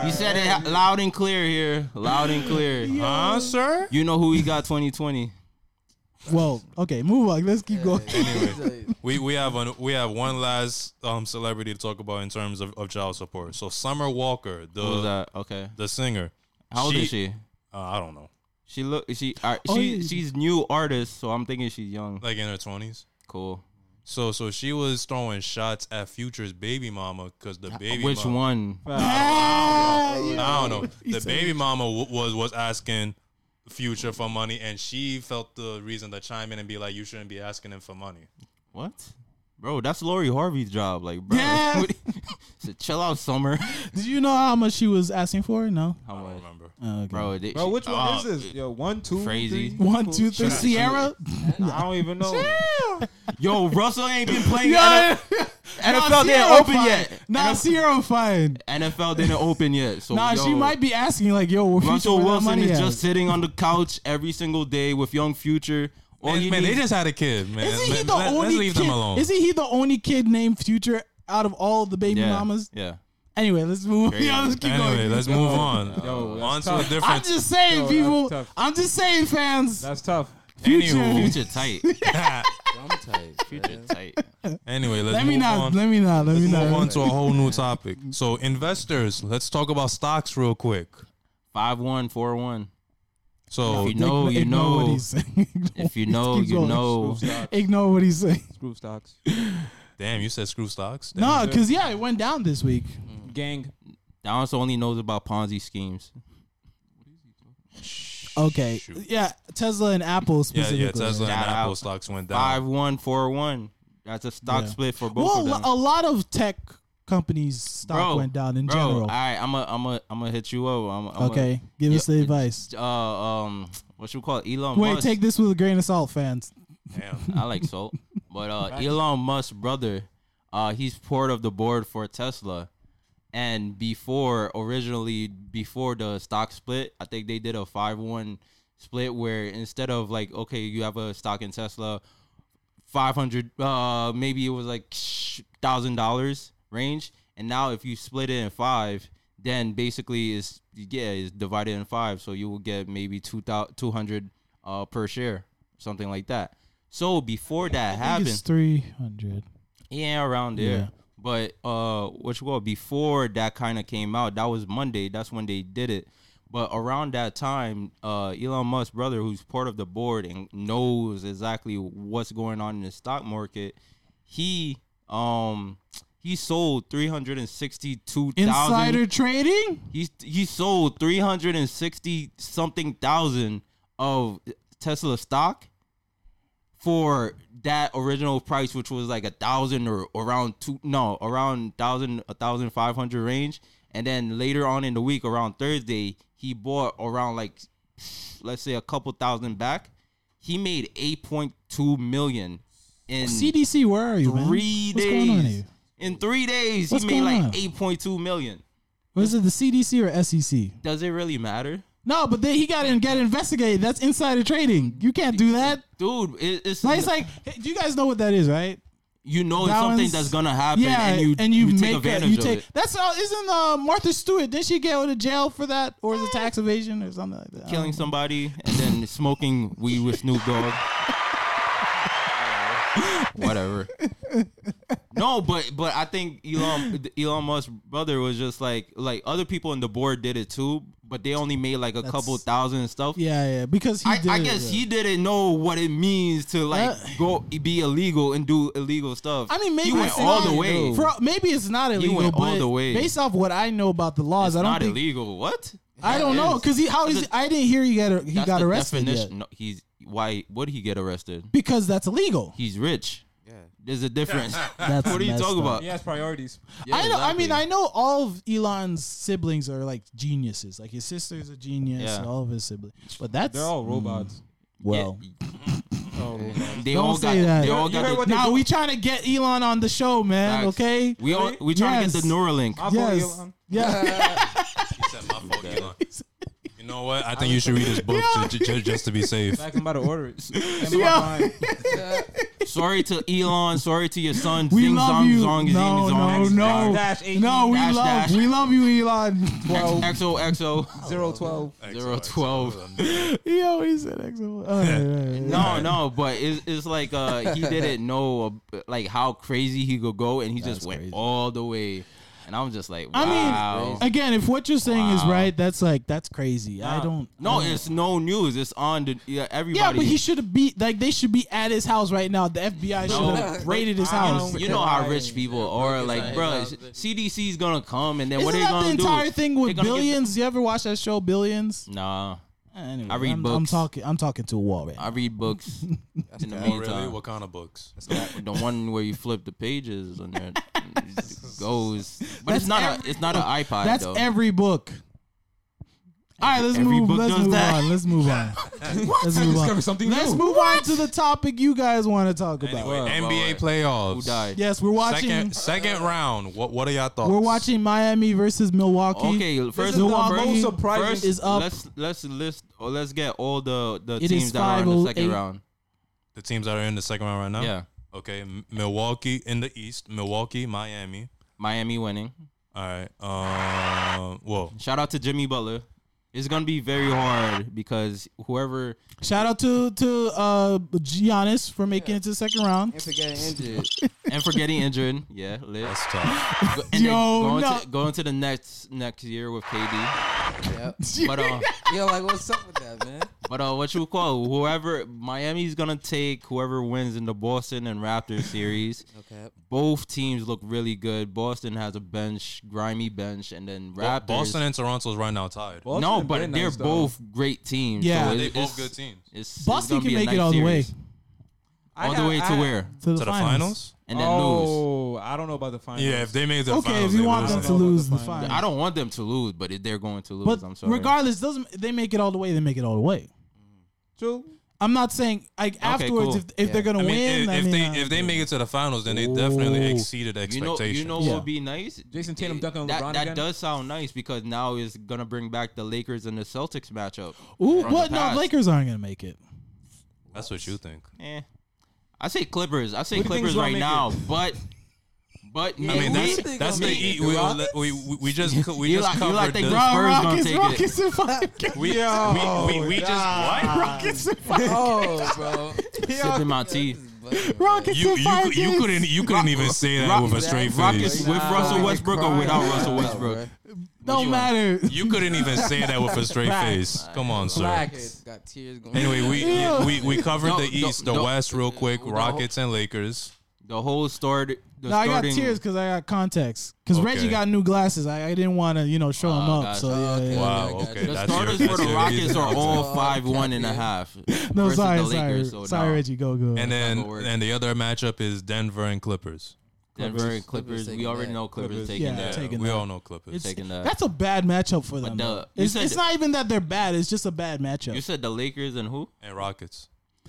You said it ha- loud and clear here. Loud and clear.
Huh, Uh-huh, sir?
You know who we got 2020.
Well, okay, move on. Let's keep going.
Anyway.
We we have an, we have one last um celebrity to talk about in terms of, of child support. So Summer Walker, the
Who was that? Okay.
the singer.
How old is she?
Uh, I don't know,
She look she uh,
Oh,
she
yeah.
she's new artist, so I'm thinking she's young.
like in her twenties.
Cool.
So so she was throwing shots at Future's baby mama because the baby
Uh, Which
mama,
one?
I don't know.
Uh, He
The
said-
baby mama w- was was asking Future for money, and she felt the reason to chime in and be like, "You shouldn't be asking him for money."
What? Bro, that's Lori Harvey's job. Like, bro,
Yeah.
what- so chill out, summer.
Did you know how much she was asking for? No.
How
I don't
much,
remember.
Oh, okay.
bro? They,
Bro, which one
Oh,
is this? Yo, one, two,
crazy.
three?
One, two, three.
Shut up.
Sierra.
I don't even know.
yo, Russell ain't been playing.
Yeah.
NFL
Nah,
didn't
Sierra
open
fine.
yet.
Nah,
NFL
Sierra fine.
NFL didn't open yet, so
Nah, she
yo,
might be asking like, "Yo, what future
Russell
where that
Wilson
money
is
at?
just sitting on the couch every single day with Young Future. All
Man,
he
man, they
needs-
just had a kid, man.
Isn't he
Let-
the
let-
only
let's leave
kid?
them alone.
Isn't he the only kid named Future out of all the baby
yeah,
mamas?
Yeah,
Anyway, let's move. Yeah, let's keep
anyway,
going.
let's move on. on
Yo, that's
to a
tough.
different.
I'm just saying,
Yo,
people.
that's tough.
I'm just saying, fans.
That's tough.
Future.
Future tight,
I'm tight.
Future
man.
tight.
anyway, let's
Let
move
me not.
on.
Let me not. Let me
Let's
not.
move on to a whole new topic. So investors, let's talk about stocks real quick.
Five one four one.
So
If you know, you
Ignore What
know.
he's saying. Ignore-
If you know,
keep
you
going.
know.
Ignore what he's saying.
Screw stocks.
damn, you said screw stocks. Damn.
No, because yeah, it went down this week.
Gang.
Dallas only knows about Ponzi schemes.
Okay.
Shoot.
Yeah, Tesla and Apple
Yeah,
specifically.
yeah. Tesla and
Shout
Apple
out.
stocks went down.
Five one four one. That's a stock
Yeah.
split for both
Well,
of them.
a lot of tech companies stock
Bro,
went down oh, in
bro, All
general.
right, I'm a, I'm a, I'm gonna hit you up. I'm, I'm
okay, give us the advice.
A, uh, um, what you call it? Elon
Wait,
Musk?
take this with a grain of salt, fans.
Damn.
I like salt, but uh, Elon Musk's brother, uh, he's part of the board for Tesla, and before originally before the stock split, I think they did a five one split where instead of like okay, you have a stock in Tesla, five hundred, uh, maybe it was like thousand dollars range, and now if you split it in five. Then basically is yeah is divided in five, so you will get maybe two thousand two hundred uh per share, something like that. So before
I
that
think it's
happened,
three hundred.
yeah, around there.
Yeah.
But uh, what you call it, before that kind of came out, that was Monday. That's when they did it. But around that time, uh, Elon Musk's brother, who's part of the board and knows exactly what's going on in the stock market, he um he sold three hundred and sixty two thousand
Insider trading.
he he sold 360 something thousand of Tesla stock for that original price which was like a thousand or around two no around thousand a thousand five hundred range and then later on in the week around thursday he bought around like let's say a couple thousand back he made 8.2 million in
CDC, where are you, man?
Hmm. three
What's
days
going on here?
in three days
What's
he made
going
like
on?
8.2 million
Was it the CDC or SEC?
does it really matter
No, but then he got to get investigated. That's insider trading. You can't do that.
dude it, it's
Like, it's like, hey, do you guys know what that is, right?
you know
that
something
one's-
that's gonna happen
yeah,
and you you, take
a-
advantage
you
of
take-
it
That's all. Isn't uh, Martha Stewart? Didn't she get out of jail for that, or is it tax evasion or something like that? I
Eh.
don't
killing
know.
somebody and then smoking weed with Snoop Dogg. Whatever. No, but but I think Elon Elon Musk's brother was just like like other people on the board did it too, but they only made like a couple
That's-
thousand and stuff.
Yeah, yeah. Because he
I,
did.
I
it,
guess
yeah.
he didn't know what it means to like
Uh,
go be illegal and do illegal stuff.
I mean, maybe
he went
it's
all
not-
the way.
For, maybe it's not illegal.
went all
but
the way.
Based off what I know about the laws, I
it's
don't
not
think.
illegal. What?
I don't know
Yes.
because he how is
That's
I didn't hear he got he
That's
got
the
arrested yet.
definition. No, he's why would he get arrested?
because that's illegal.
He's rich.
Yeah.
There's a difference.
That's
what are you
messed
talking
up.
about?
He has priorities.
Yeah,
I know. I mean,
exactly.
I know all of Elon's siblings are like geniuses. Like his sister's a genius.
Yeah.
All of his siblings, but that's
They're
Mm.
all robots.
well.
Oh, robots.
They
Don't
all got.
say that.
They all
You
got.
heard
the-
what they
Now
do-
we trying to get Elon on the show, man.
Facts.
Okay.
We all we trying to
Yes.
get the Neuralink.
I vote
yes.
Elon.
Yeah.
He said, "My fault, Elon." You know what? I think you should read his book ju- ju- just to be safe.
Fact, I'm about to order it. Am I
Yeah.
behind?
Sorry to Elon. Sorry to your son.
we
Zing,
love
zong,
you.
zong, zing,
no,
zong,
no,
zing,
no,
zong.
Dash eight,
no. We
dash,
love,
dash.
we love you, Elon.
XOXO.
Zero twelve.
Zero twelve.
he always said XO. All right, all right, all right.
No, no, but it's, it's like uh, he didn't know uh, like how crazy he could go, and he just went all the way. And I'm just like, wow.
I mean, Again, if what you're saying is
Wow.
right, that's like that's crazy. I don't.
no,
I don't-
it's no news. It's on the yeah, everybody.
Mm. Yeah, but he should have be like they should be at his house right now. The FBI should have raided his house.
you know how rich people are.
Broke his
Like,
eyes
bro,
out.
CDC is gonna come, and then
Isn't
what are they
that the
gonna do?
entire thing
They
with
gonna get-
billions? You ever watch that show Billions?
Nah,
Anyway,
I read
am I'm
books.
talking. I'm talking to a wall right now.
I read books. in the
Oh, really?
meantime,
What kind of books?
the one where you flip the pages and there it goes. But
That's
it's not
every-
a it's not an iPod
That's
though.
every book. All right, let's
every
move.
book
Let's
does
move
that.
on. Let's move on. Let's move on.
Discover something
Let's
new.
move on to the topic you guys want to talk about.
Anyway,
Well,
NBA
well,
playoffs.
Who died?
Yes, we're watching.
Second, second round. What What are y'all thoughts?
We're watching Miami versus Milwaukee.
Okay, first
is the
first-
most
surprising-
first,
is up.
Let's let's list or let's get all the the
It is
teams that are in the second
508.
round.
the teams that are in the second round right now.
Yeah,
Okay. M- Milwaukee in the East. Milwaukee, Miami.
Miami winning.
All right. Um. Well,
Shout out to Jimmy Butler. It's gonna be very hard because whoever
Shout out to to uh, Giannis for making it to the second round.
And for getting injured.
and for getting injured, yeah, lit.
that's tough.
Go- and then
Yo,
going
no.
to going to the next next year with KD.
Yep.
But uh,
Yo, like, what's up with that, man?
but uh, what you call whoever Miami's gonna take whoever wins in the Boston and Raptors series.
Okay.
Both teams look really good. Boston has a bench, grimy bench, and then
Bo-
Raptors.
Boston and Toronto's right now tied.
Boston
no,
and
but
Brandon
they're
is, though.
both great teams.
Yeah.
so
They
it-
They both
it's-
good teams.
It's, it's
Boston
gonna
can
be a
make it
nice
all the way
series.
I
all the
got-
way to
I-
where,
to the,
To the
finals.
finals.
and then lose.
oh, I don't know about the finals.
Yeah, if they made the
Okay,
finals,
if you
they
want
lose
them
it.
to lose the
Finals.
finals,
I don't want them to lose, but if they're going to lose.
But
I'm sorry.
regardless, doesn't they make it all the way? They make it all the way.
True.
I'm not saying like afterwards
cool.
if, if they're gonna
I mean,
win.
if,
I
if
mean,
they
uh,
if they make it to the finals, then they definitely exceeded
you know,
expectations.
you know what
Yeah.
would be nice?
Jason Tatum
It-
dunking on
that,
LeBron
That
again?
does sound nice because now it's gonna bring back the Lakers and the Celtics matchup.
uh, ooh,
from the
what? No,
past.
Lakers aren't gonna make it.
That's what you think.
Eh. I say Clippers. I say
Who do you think's
Clippers
gonna
right
make
now,
it?
but but
Yeah,
I mean,
who
that's
you think
that's the
gonna make it?
E.
The
We,
Rockets?
we, we, we just we
You
just
like- you like
covered
they
the-
grow-
Rockets,
Spurs gonna take it.
Rockets in five.
we,
Yo.
we, we, we just what?
Rockets in five.
Oh, bro.
sipping my tea.
Rockets
You
in
you
five.
cou- you
games.
couldn't e- you couldn't even say that
Rock-
with a straight
Rockets
face.
with Russell Westbrook or without Russell Westbrook?
Don't
you
matter.
You couldn't even say that with a straight face. Come on, sir.
Facts. Got tears going.
Anyway, we
Ew.
we, we covered
No,
the East, the
no,
West, real quick. Rockets and Lakers.
The whole start. The
No, I got
starting,
tears because I got contacts. Because
Okay.
Reggie got new glasses. I, I didn't want to, you know, show him
Oh,
up.
gotcha.
So yeah, yeah.
Okay.
Wow.
I got
Okay.
you.
The
that's your-
starters for
that's
the
your
Rockets
reason.
are all
Oh,
five one
yeah.
and a half.
No,
versus
sorry,
the Lakers,
sorry,
so
sorry,
no.
Reggie, go go.
And
not
then
gonna work.
and the other matchup is Denver and Clippers.
Denver and
Clippers
Clippers.
taking
We already
that.
know Clippers
Clippers.
taking
Yeah.
that.
taking
we
that.
all know Clippers.
it's,
taking that.
that's a bad matchup for them.
duh,
though.
uh, you
It's,
said-
it's not even that they're bad. It's just a bad matchup.
You said the Lakers and who?
and Rockets.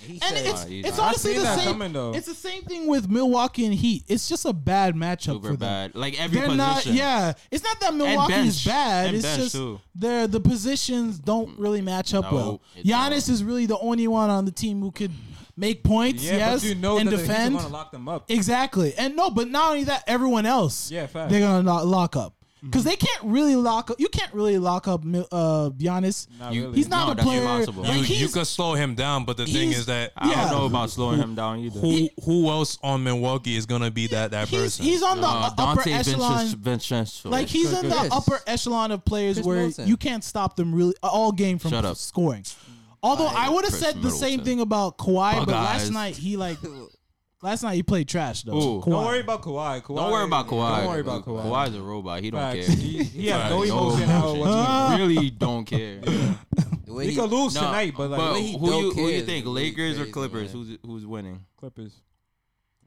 and it's,
Nah, he's
it's
not.
honestly
I seen
the
that
same.
coming, though.
it's the same thing with Milwaukee and Heat. It's just a bad matchup
Super
for them.
bad. Like every
They're
position.
not. Yeah, it's not that Milwaukee is
bench.
bad.
And
it's
bench,
just
too.
their the positions don't really match up
No,
well.
it
Giannis is really the only one on the team who could make points.
Yeah,
yes,
but you know
and
that
defend.
the Heat are gonna lock them up.
Exactly. And no, but not only that, everyone else.
Yeah, facts.
They're gonna lo- lock up. because they can't really lock. up You can't really lock up Mil- uh, Giannis.
Not
You-
really.
He's not
No,
a
that's
player.
impossible.
Like,
you, you
he's-
could slow him down, but the thing
he's-
is that
yeah.
I don't know about slowing him down either.
who who else on Milwaukee is gonna be that that
he's,
person?
he's on the
Uh,
upper
Dante
echelon.
Vincenzo. Vincenzo.
Like he's in the
Chris.
upper echelon of players
Chris
where
Middleton.
you can't stop them really all game from
Shut up.
scoring. Although I, would have
Chris
said the same
Middleton.
thing about Kawhi, but last
Buckeyes.
night he like last night he played trash though.
Ooh.
Kawhi.
Don't worry about Kawhi. Kawhi.
don't worry about Kawhi.
Don't worry about Kawhi.
Kawhi's a robot. He don't
Facts.
care.
He, he has no
Facts.
emotion at all.
emotion.
whatsoever.
He really don't care.
The way
He
he,
could lose
No,
tonight, but like
way he
who
don't
you who
care
you
is
think
really
Lakers or
crazy,
Clippers?
man.
Who's who's winning?
Clippers.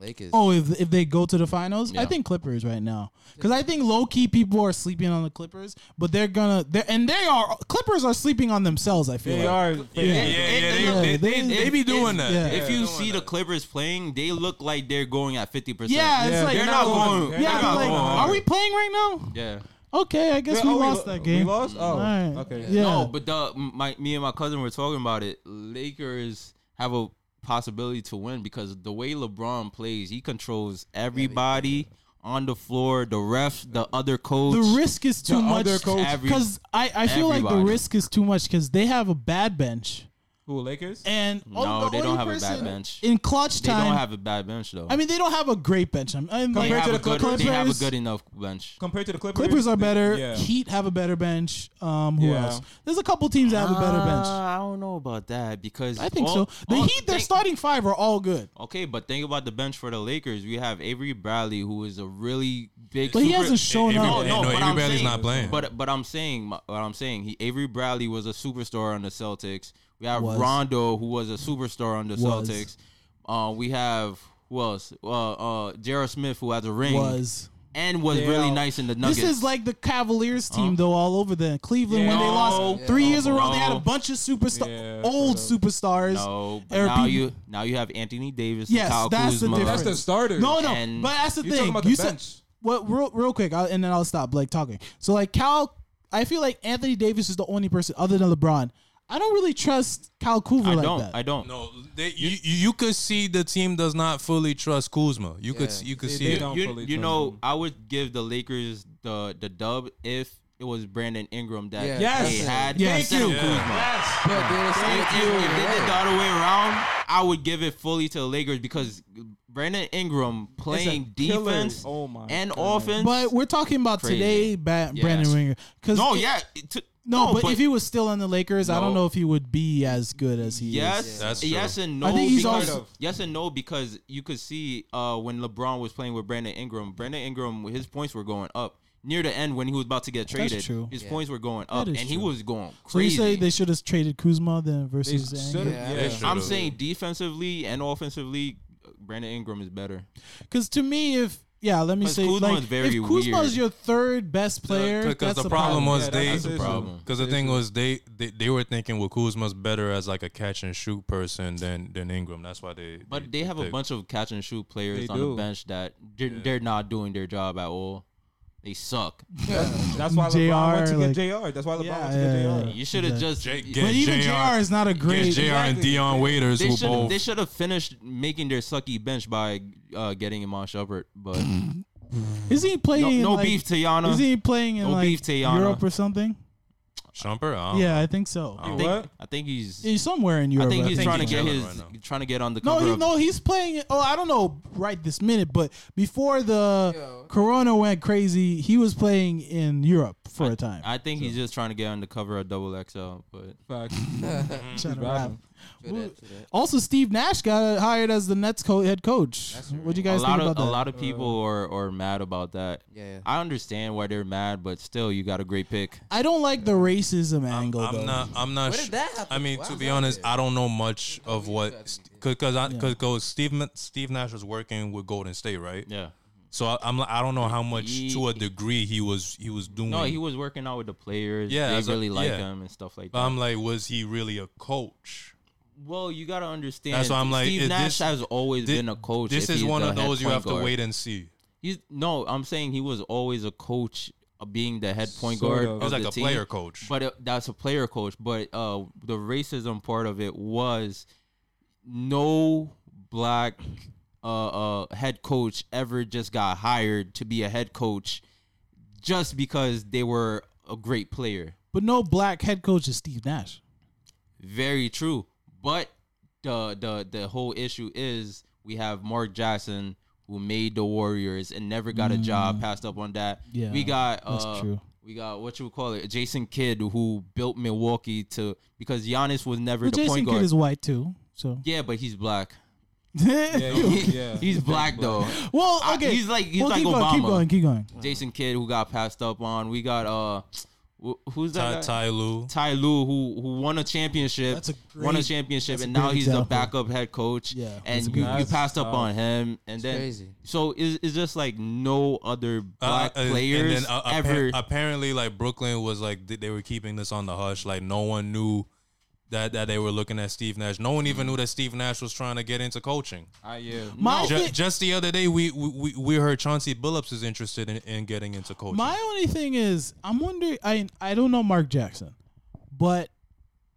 Lakers.
Oh, if, if they go to the finals, I
Yeah.
think Clippers right now because I think low key people are sleeping on the Clippers, but they're gonna they're and they are Clippers are sleeping on themselves. I feel
They
like.
are.
yeah,
Yeah.
Yeah,
yeah, they, they, they,
they-
they be doing that.
yeah.
If you see the Clippers playing, they look like they're going at fifty percent.
Yeah, it's
Yeah,
like
they're not going.
Yeah,
they're
I'm
not
like,
going.
are we playing right now?
Yeah.
Okay, I guess
Wait,
we
oh,
lost
lo-
that game.
We lost. Oh,
All right.
okay.
Yeah.
No, but the my me and my cousin were talking about it. Lakers have a possibility to win because the way LeBron plays, he controls everybody on the floor, the refs, the other coach.
the risk is too
The
much
other coach- Every-
because I, I feel like the
everybody.
risk is too much because they have a bad bench
Who Lakers?
and
No,
oh, the
they don't
only
have a bad
person
bench.
in clutch
they
time.
don't have a bad bench though.
I mean, they don't have a great bench. I'm, I'm
they
like,
have
to
a
the
good, they have a
Clippers-
good enough bench.
Compared to the Clippers,
Clippers are
they-
better.
Yeah.
Heat have a better bench. Um, who
Yeah.
else? There's a couple teams that have a better bench.
Uh, I don't know about that because
I think
all-
so. The
all-
Heat, their
think-
starting five are all good,
Okay, but think about the bench for the Lakers. We have Avery Bradley, who is a really big.
but he
super-
hasn't shown
Avery-
up.
No, no,
but I'm
everybody's
saying-
not playing.
But but I'm saying my- what I'm saying. He Avery Bradley was a superstar on the Celtics. We have
Was.
Rondo, who was a superstar on the
Was.
Celtics. Uh, we have who else? Uh, uh, Jared Smith, who has a ring,
Was
and was
Yeah.
really nice in the Nuggets.
this is like the Cavaliers team though? All over the Cleveland when they
No.
lost
Yeah.
three years in a row, they had a
No.
bunch of superstar,
Yeah,
old
for
superstars.
no, but
Or
now
be-
you now you have Anthony Davis.
Yes,
and Kyle
that's the
Kuzma.
difference.
That's the starter.
No, no,
And-
but that's the
You're
thing.
talking about
you
the
said
bench.
what? real, real quick, I'll, and then I'll stop like talking. So like Cal, I feel like Anthony Davis is the only person other than LeBron. I don't really trust Cal Kuzma
I
like
don't.
that.
I don't.
No, they, you, you you could see the team does not fully trust Kuzma. You could
Yeah.
see- you could
They-
see
they
it.
don't
you,
fully
you
trust
know,
him.
I would give the Lakers the the dub if it was Brandon Ingram that
Yeah.
they
Yes.
had.
Yes.
instead of
Thank
you.
Kuzma.
But they're the same
If, if-
team,
if they did the
right?
other way around, I would give it fully to the Lakers because Brandon Ingram playing
killer.
defense
Oh my
and
God.
offense.
but we're talking about
Crazy.
today, ba-
Yes.
Brandon Ringer. Cause
no,
it-
yeah, it took-
no, but,
but
if he was still on the Lakers, I don't
No.
know if he would be as good as he is.
Yes,
That's true.
yes and no.
I think he's
because,
also-
yes and no because you could see uh, when LeBron was playing with Brandon Ingram, Brandon Ingram his points were going up near the end when he was about to get traded.
true.
His
Yeah.
points were going up,
is
and he
true.
was going
So you
crazy.
say they should have traded Kuzma then
They
versus
should
Ingram?
Yeah.
have.
They
Yeah.
should
I'm
have.
saying defensively and offensively, Brandon Ingram is better.
Because to me, if yeah, let me
Because
say
Kuzma
like
is very
if Kuzma
weird.
is your third best player,
Because
that's
the problem was
Yeah,
they
that's the problem.
Because the thing was they, they they were thinking well Kuzma's better as like a catch and shoot person than than Ingram. That's why they.
But they have a
picked-
bunch of catch and shoot
They
players on
do.
the bench that they're, they're not doing their job at all. They suck.
That's why
JR,
LeBron went to
like-
get Jr. That's why LeBron
Yeah,
went to get
yeah,
Jr.
yeah.
You should have
Exactly.
just
Jake
But
Get
even
JR.
JR is not a
Get
great.
Jr. and Dion Waiters
They
who
should
both.
they should have finished making their sucky bench by uh, getting him on Shepard, but no,
Is he playing? in,
no
like,
beef to Yana.
Is he playing in
No
like
beef to Yana.
Europe or something?
Shumper, I don't
Yeah, I think so.
I
Wait,
think,
what?
I think he's
He's somewhere in
Oh. I
Europe.
think he's
think
trying
he's
to get
chilling
his
right now.
trying to get on the
no,
cover.
he,
of,
no, he's playing. Oh, I don't know right this minute, but before the
Yo.
Corona went crazy, he was playing in Europe for a time.
I think he's just trying to get on the cover of Double XL, but
Facts.
Trying to
Robin.
rap.
Feel that, feel that.
Also, Steve Nash got hired as the Nets co- head coach. What do you
a
guys
lot
think
of
about that? Uh,
a lot of people are, are mad about that.
Yeah.
I understand why they're mad, but still, you got a great pick.
I don't like the racism angle
I'm
though.
not. I'm not.
Where did
su-
that happen?
I mean,
Why
to
was
be
that
honest,
there?
I don't know much of
gotta
what
be
because I
Yeah.
because cause Steve Ma- Steve Nash was working with Golden State, right?
Yeah.
So I, I'm like, I don't know how much
He-
to a degree he was he was doing.
No, he was working out with the players.
Yeah, as
they
a-
really like
yeah. Um,
him and stuff like that.
But I'm like, was he really a coach?
well, you gotta understand.
That's why I'm like,
Steve
is
Nash
this-
has always
Thi-
been a coach.
This
if
is
he's
one
the
of
head
those you
point
have
guard.
to wait and see.
He's no, I'm saying he was always a coach, uh, being the head point
Sort
guard.
of. He
He
of
was like
the
a
team.
player coach.
but it, that's a player coach. But uh, the racism part of it was no black uh, uh, head coach ever just got hired to be a head coach just because they were a great player.
But no black head coach is Steve Nash.
Very true. But the the the whole issue is we have Mark Jackson who made the Warriors and never got a job. Passed up on that.
Mm. Yeah,
we got uh,
that's true.
We got what you would call it, Jason Kidd, who built Milwaukee to because Giannis was never
But
the
Jason
point guard.
Kidd is white too. So
yeah, but he's black.
Yeah, he- yeah.
He's black though.
well,
I-
okay.
he's like- he's
well,
like
keep Going, keep
Obama.
going. Keep going.
Jason Kidd, who got passed up on. We got uh, wh- who's
Ty,
that? guy?
Ty Lue.
Ty Lue, who who won a championship,
That's a
won a
great-
championship,
that's a
and now
great
he's
example.
a backup head coach.
Yeah, that's
and
a
you,
good
you
example.
passed up on him, and then
crazy.
so it's, it's just like no other black
Uh, uh,
players
uh, appa-
ever.
apparently, like Brooklyn was like th- they were keeping this on the hush. Like no one knew that that they were looking at Steve Nash. No one even knew that Steve Nash was trying to get into coaching.
Ah,
I, yeah.
My
Ju-
thi-
just the other day, we, we we- we heard Chauncey Billups is interested in, in getting into coaching.
My only thing is, I'm wondering. I I don't know Mark Jackson, but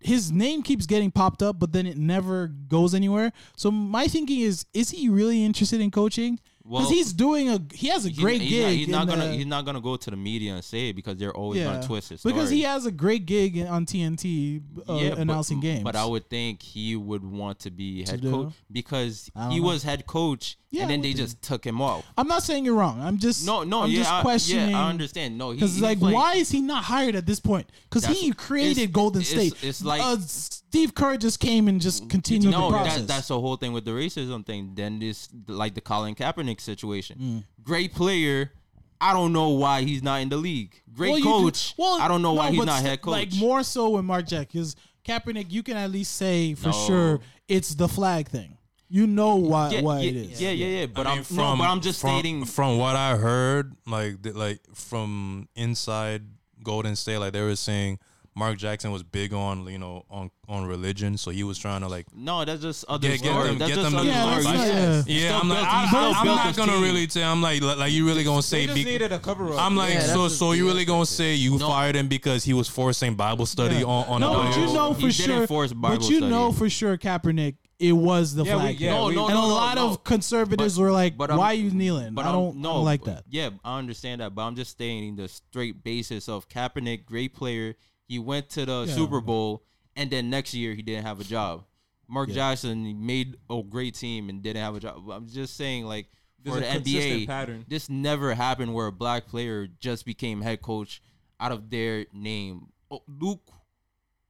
his name keeps getting popped up, but then it never goes anywhere. So my thinking is, is he really interested in coaching? Because
Well-
he's doing a he has a
He's-
great
he's
gig.
not, he's not
in
gonna
the-
he's not gonna go to the media and say it because they're always gonna twist it.
because he has a great gig in- on TNT uh, announcing
but,
games.
But I would think he would want to be head
do?
coach because
I don't
he
know.
was head coach,
Yeah, I
and then they
would
just took him off.
I'm not saying you're wrong. I'm just
No, no,
I'm
yeah,
just
I,
questioning.
yeah, I understand. No, he-
Because
he's
like,
like-
why is he not hired at this point? Because
That's-
he created
it's-
Golden
it's-
State.
it's like-
uh, Steve Kerr just came and just continued the
no, that-
process.
that's the whole thing with the racism thing. Then this, like the Colin Kaepernick situation.
Mm.
Great player. I don't know why he's not in the league. Great
Well, you do-
coach. I don't know
no,
why he's
but
not
st-
head coach.
Like more so with Mark Jack because Kaepernick, you can at least say for
No.
sure it's the flag thing. You know why
yeah,
why
yeah,
it is.
yeah, yeah, yeah. But I
I mean,
am no, but I'm just
from,
stating.
from what I heard, like th- like from inside Golden State, like they were saying Mark Jackson was big on you know on on religion, so he was trying to like
no, that's just other
Get- get
story.
them-
that's
get
just
them
other
to
Yeah,
story.
that's
He
not-
still-
yeah.
he
Yeah,
still
I'm like,
built- he
I,
still
I, am
built
not
his
gonna
team.
really tell. I'm like, like, like, you really gonna say?
They just
bec-
needed a cover up.
I'm like,
Yeah, that's
so,
what
so you
BS
really gonna
is.
say you fired him because he was forcing Bible study on on
No,
the
but
players?
you know
He
for
didn't
sure.
force
But
Bible
you
study.
know for sure Kaepernick, it was the
Yeah, we-
flag.
yeah,
thing.
we-
and
no,
a
no,
lot
no.
of conservatives were like,
but I'm-
"Why you kneeling?" I
I'm-
don't I don't like that.
Yeah, I understand that, but I'm just stating the straight basis of Kaepernick, great player. He went to the
Yeah.
Super Bowl, and then next year he didn't have a job. Mark Jackson made a great team and didn't have a job. I'm just saying, like
There's
for
a
the
consistent
NBA,
pattern.
this never happened where a black player just became head coach out of their name. Oh, Luke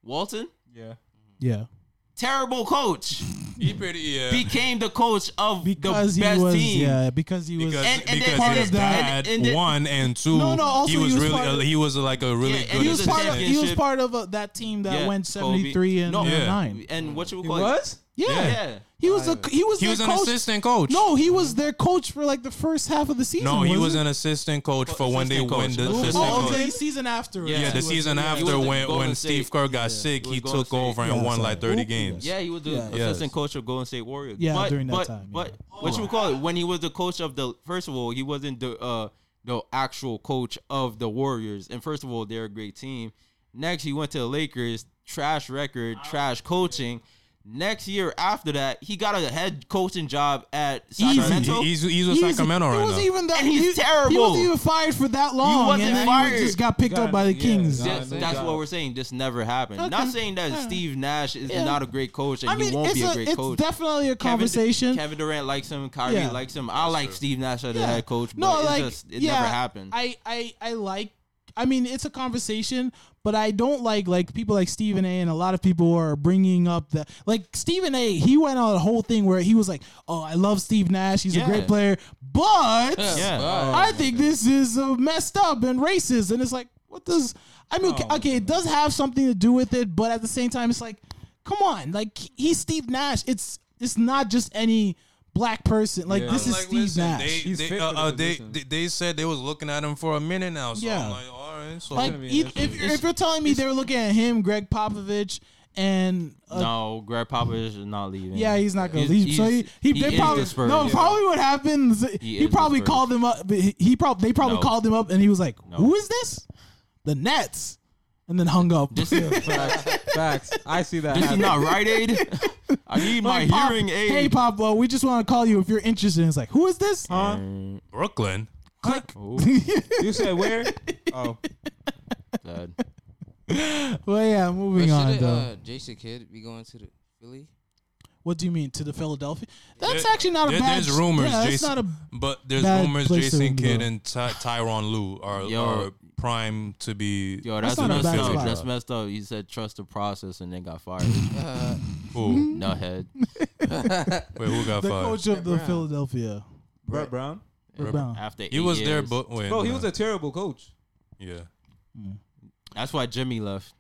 Walton,
yeah.
Yeah,
terrible coach,
he pretty yeah.
became the coach of
because
the
he
best
was
team.
yeah because he was
because
And- and
because
then-
his
and-
dad
and then-
one and two.
No, no, also
he was,
he was
really
part of-
he was like a really
Yeah, and
good.
he was part of he was
championship.
part of uh, that team that
Yeah,
went
Kobe.
seventy three and
No,
and
yeah.
nine.
And what you would
He
call it?
was?
Yeah.
Yeah.
he was a he was
he
their
was an
coach.
assistant coach.
No, he was their coach for like the first half of the season.
no, he was
wasn't
an assistant coach for when they
Assistant
win
coach.
the
he?
assistant
assistant
Oh,
coach.
the season after.
Yeah,
Yeah, the
he was-
season
yeah.
after
was the
when
Golden
when
State.
Steve Kerr got sick,
was
he
Golden
took
State.
over and
Yeah,
won
sorry.
like 30
Oop.
games.
Yeah, he was the
Yeah.
assistant
Yes.
coach of Golden State Warriors.
Yeah,
but,
during that
but,
time,
But
yeah.
what you call it? When he was the coach of the first of all, he wasn't the uh the actual coach of the Warriors. And first of all, they're a great team. Next, he went to the Lakers, trash record, trash coaching. Next year after that, he got a head coaching job at Sacramento.
He- He's, he's with
He's-
Sacramento
he
right
was
now.
even that.
And he's
he, He
terrible.
wasn't even fired for that long.
wasn't
and then
fired.
He just got picked
Got
up by the
it, yeah.
Kings.
Got
That-
No
that's
doubt.
what we're saying. This never happened.
Okay.
Not saying that
Alright.
Steve Nash is
Yeah.
not a great coach and
I mean,
he won't
it's,
be a,
a,
great
it's
coach.
definitely a conversation.
Kevin, Durant likes him. Kyrie
Yeah.
likes him. I like Steve Nash as a
Yeah.
head coach, but it's just, it
yeah,
never happened.
I, I, I like. I mean, it's a conversation, but I don't like like people like Stephen A. and a lot of people are bringing up that like Stephen A. He went on a whole thing where he was like, "Oh, I love Steve Nash. He's a
Yeah.
great player, but
Yeah.
I think this is uh, messed up and racist." And it's like, what does? I mean,
Oh,
okay, okay, it does have something to do with it, but at the same time, it's like, come on, like he's Steve Nash. It's it's not just any black person. Like
Yeah.
this is
Like,
Steve
listen,
Nash.
They,
He's
they,
fit
uh,
for the
uh, they,
position.
they, they said they was looking at him for a minute now. So
Yeah.
I'm like, all right. So
Like
gonna be
e-
an issue.
if, you're- if you're telling me they were looking at him, Greg Popovich, and uh,
no, Greg Popovich is not leaving.
yeah, he's not going
He's-
to leave. So he
he's-
he,
he
they
is
probably
the Spurs,
no
yeah.
probably what happened. He,
He
he
is the
probably
Spurs.
called him up. but He, he probably they probably
No.
called him up and he was like,
No.
"Who is this? The Nets," and then hung up.
This is,
Facts. Facts. I see that.
this is
happening.
not Rite Aid. I need my
Like, "Pop-
hearing aid.
Hey, Pop, uh, we just want to call you if you're interested. And it's like, who is this?
Brooklyn.
click.
You said where? Oh,
Sad.
Well, yeah, moving
But
on
shouldn't,
though.
uh, Jason Kidd be going to the Philly?
what do you mean to the Philadelphia? That's
There-
actually not a
there-
bad.
There's rumors,
Yeah, that's
Jason,
not a.
but there's
bad
rumors
place to
Jason
go.
Kidd and Ty- Tyron Lou are,
Yo.
are prime to be.
Yo,
That's
that's,
not a
messed
bad
up.
spot.
That's messed up. You said trust the process and then got fired.
Uh,
Who?
Nuthead.
Wait, who got
The
fired?
coach of the
Brown.
Philadelphia.
Brett Brown.
Brett
Brett-
Brown.
After
He
eight
was there,
years.
but wait,
Bro, he
no.
was a terrible coach.
yeah.
that's why Jimmy left.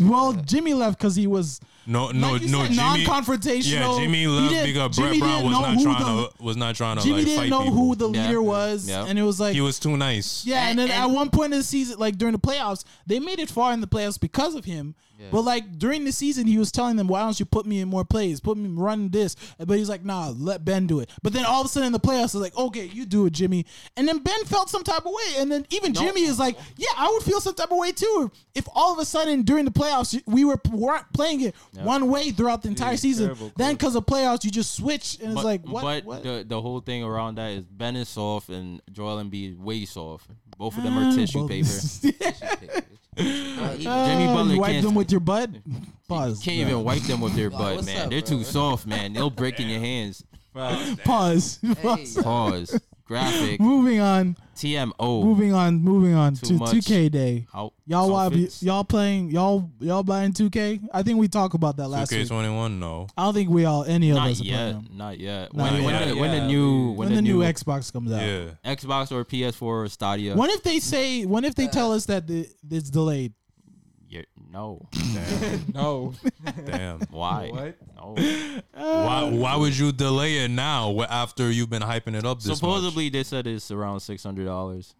Well, Jimmy left because he was
No, no,
like you
no.
said,
Jimmy,
non-confrontational.
yeah, Jimmy
He
left
didn't-
because
Jimmy
Brett Brown
didn't
was
know
not
who
trying
the-
to was not trying to
Jimmy
like
didn't
fight
know
people.
who the
Yeah.
leader was,
Yeah.
and it was like
he was too nice.
Yeah, and,
And-
then at
and-
one point in the season, like during the playoffs, they made it far in the playoffs because of him.
Yeah.
But like during the season, he was telling them, "Why don't you put me in more plays? Put me run this." But he's like, "Nah, let Ben do it." But then all of a sudden in the playoffs, it's like, "Okay, you do it, Jimmy." And then Ben felt some type of way, and then even Jimmy is like, "Yeah, I would feel some type of way too if all of a sudden during the playoffs we were weren't playing it one way throughout the entire
he's
season.
terrible,
Then
coach.
because of playoffs, you just switch, and it's like, what?
but
what?
The, the whole thing around that is Ben is soft and Joel Embiid way soft. Both of them are tissue
Ah, Both-
paper.
uh, he-
Jimmy
Uh,
Butler
you wipe
can't-
them with your butt. Pause.
Can't even wipe them with their butt,
what's
man.
up,
They're
bro?
too soft, man. They'll break in your hands.
Bro,
Pause.
hey,
Pause.
Pause. Graphic.
Moving on.
TMO.
Moving on. Moving on
Too
to
much.
2K day.
Out.
Y'all why
outfits.
y'all playing y'all y'all buying 2K? I think we talked about that last
Two K
week.
twenty one, no.
I don't think we all any of
Not
us are playing
yet.
them.
Not yet.
Not
when,
yet.
when, the, when the
Yeah,
new
dude.
when,
When,
the, new,
Xbox comes out.
Yeah.
Xbox or PS4 or Stadia.
What if they say? What if they tell us that the, it's delayed?
Yeah, no.
Damn.
no.
Damn.
Why?
What?
No.
Why why would you delay it now wh- after you've been hyping it up this much?
Supposedly they said it's around six hundred dollars.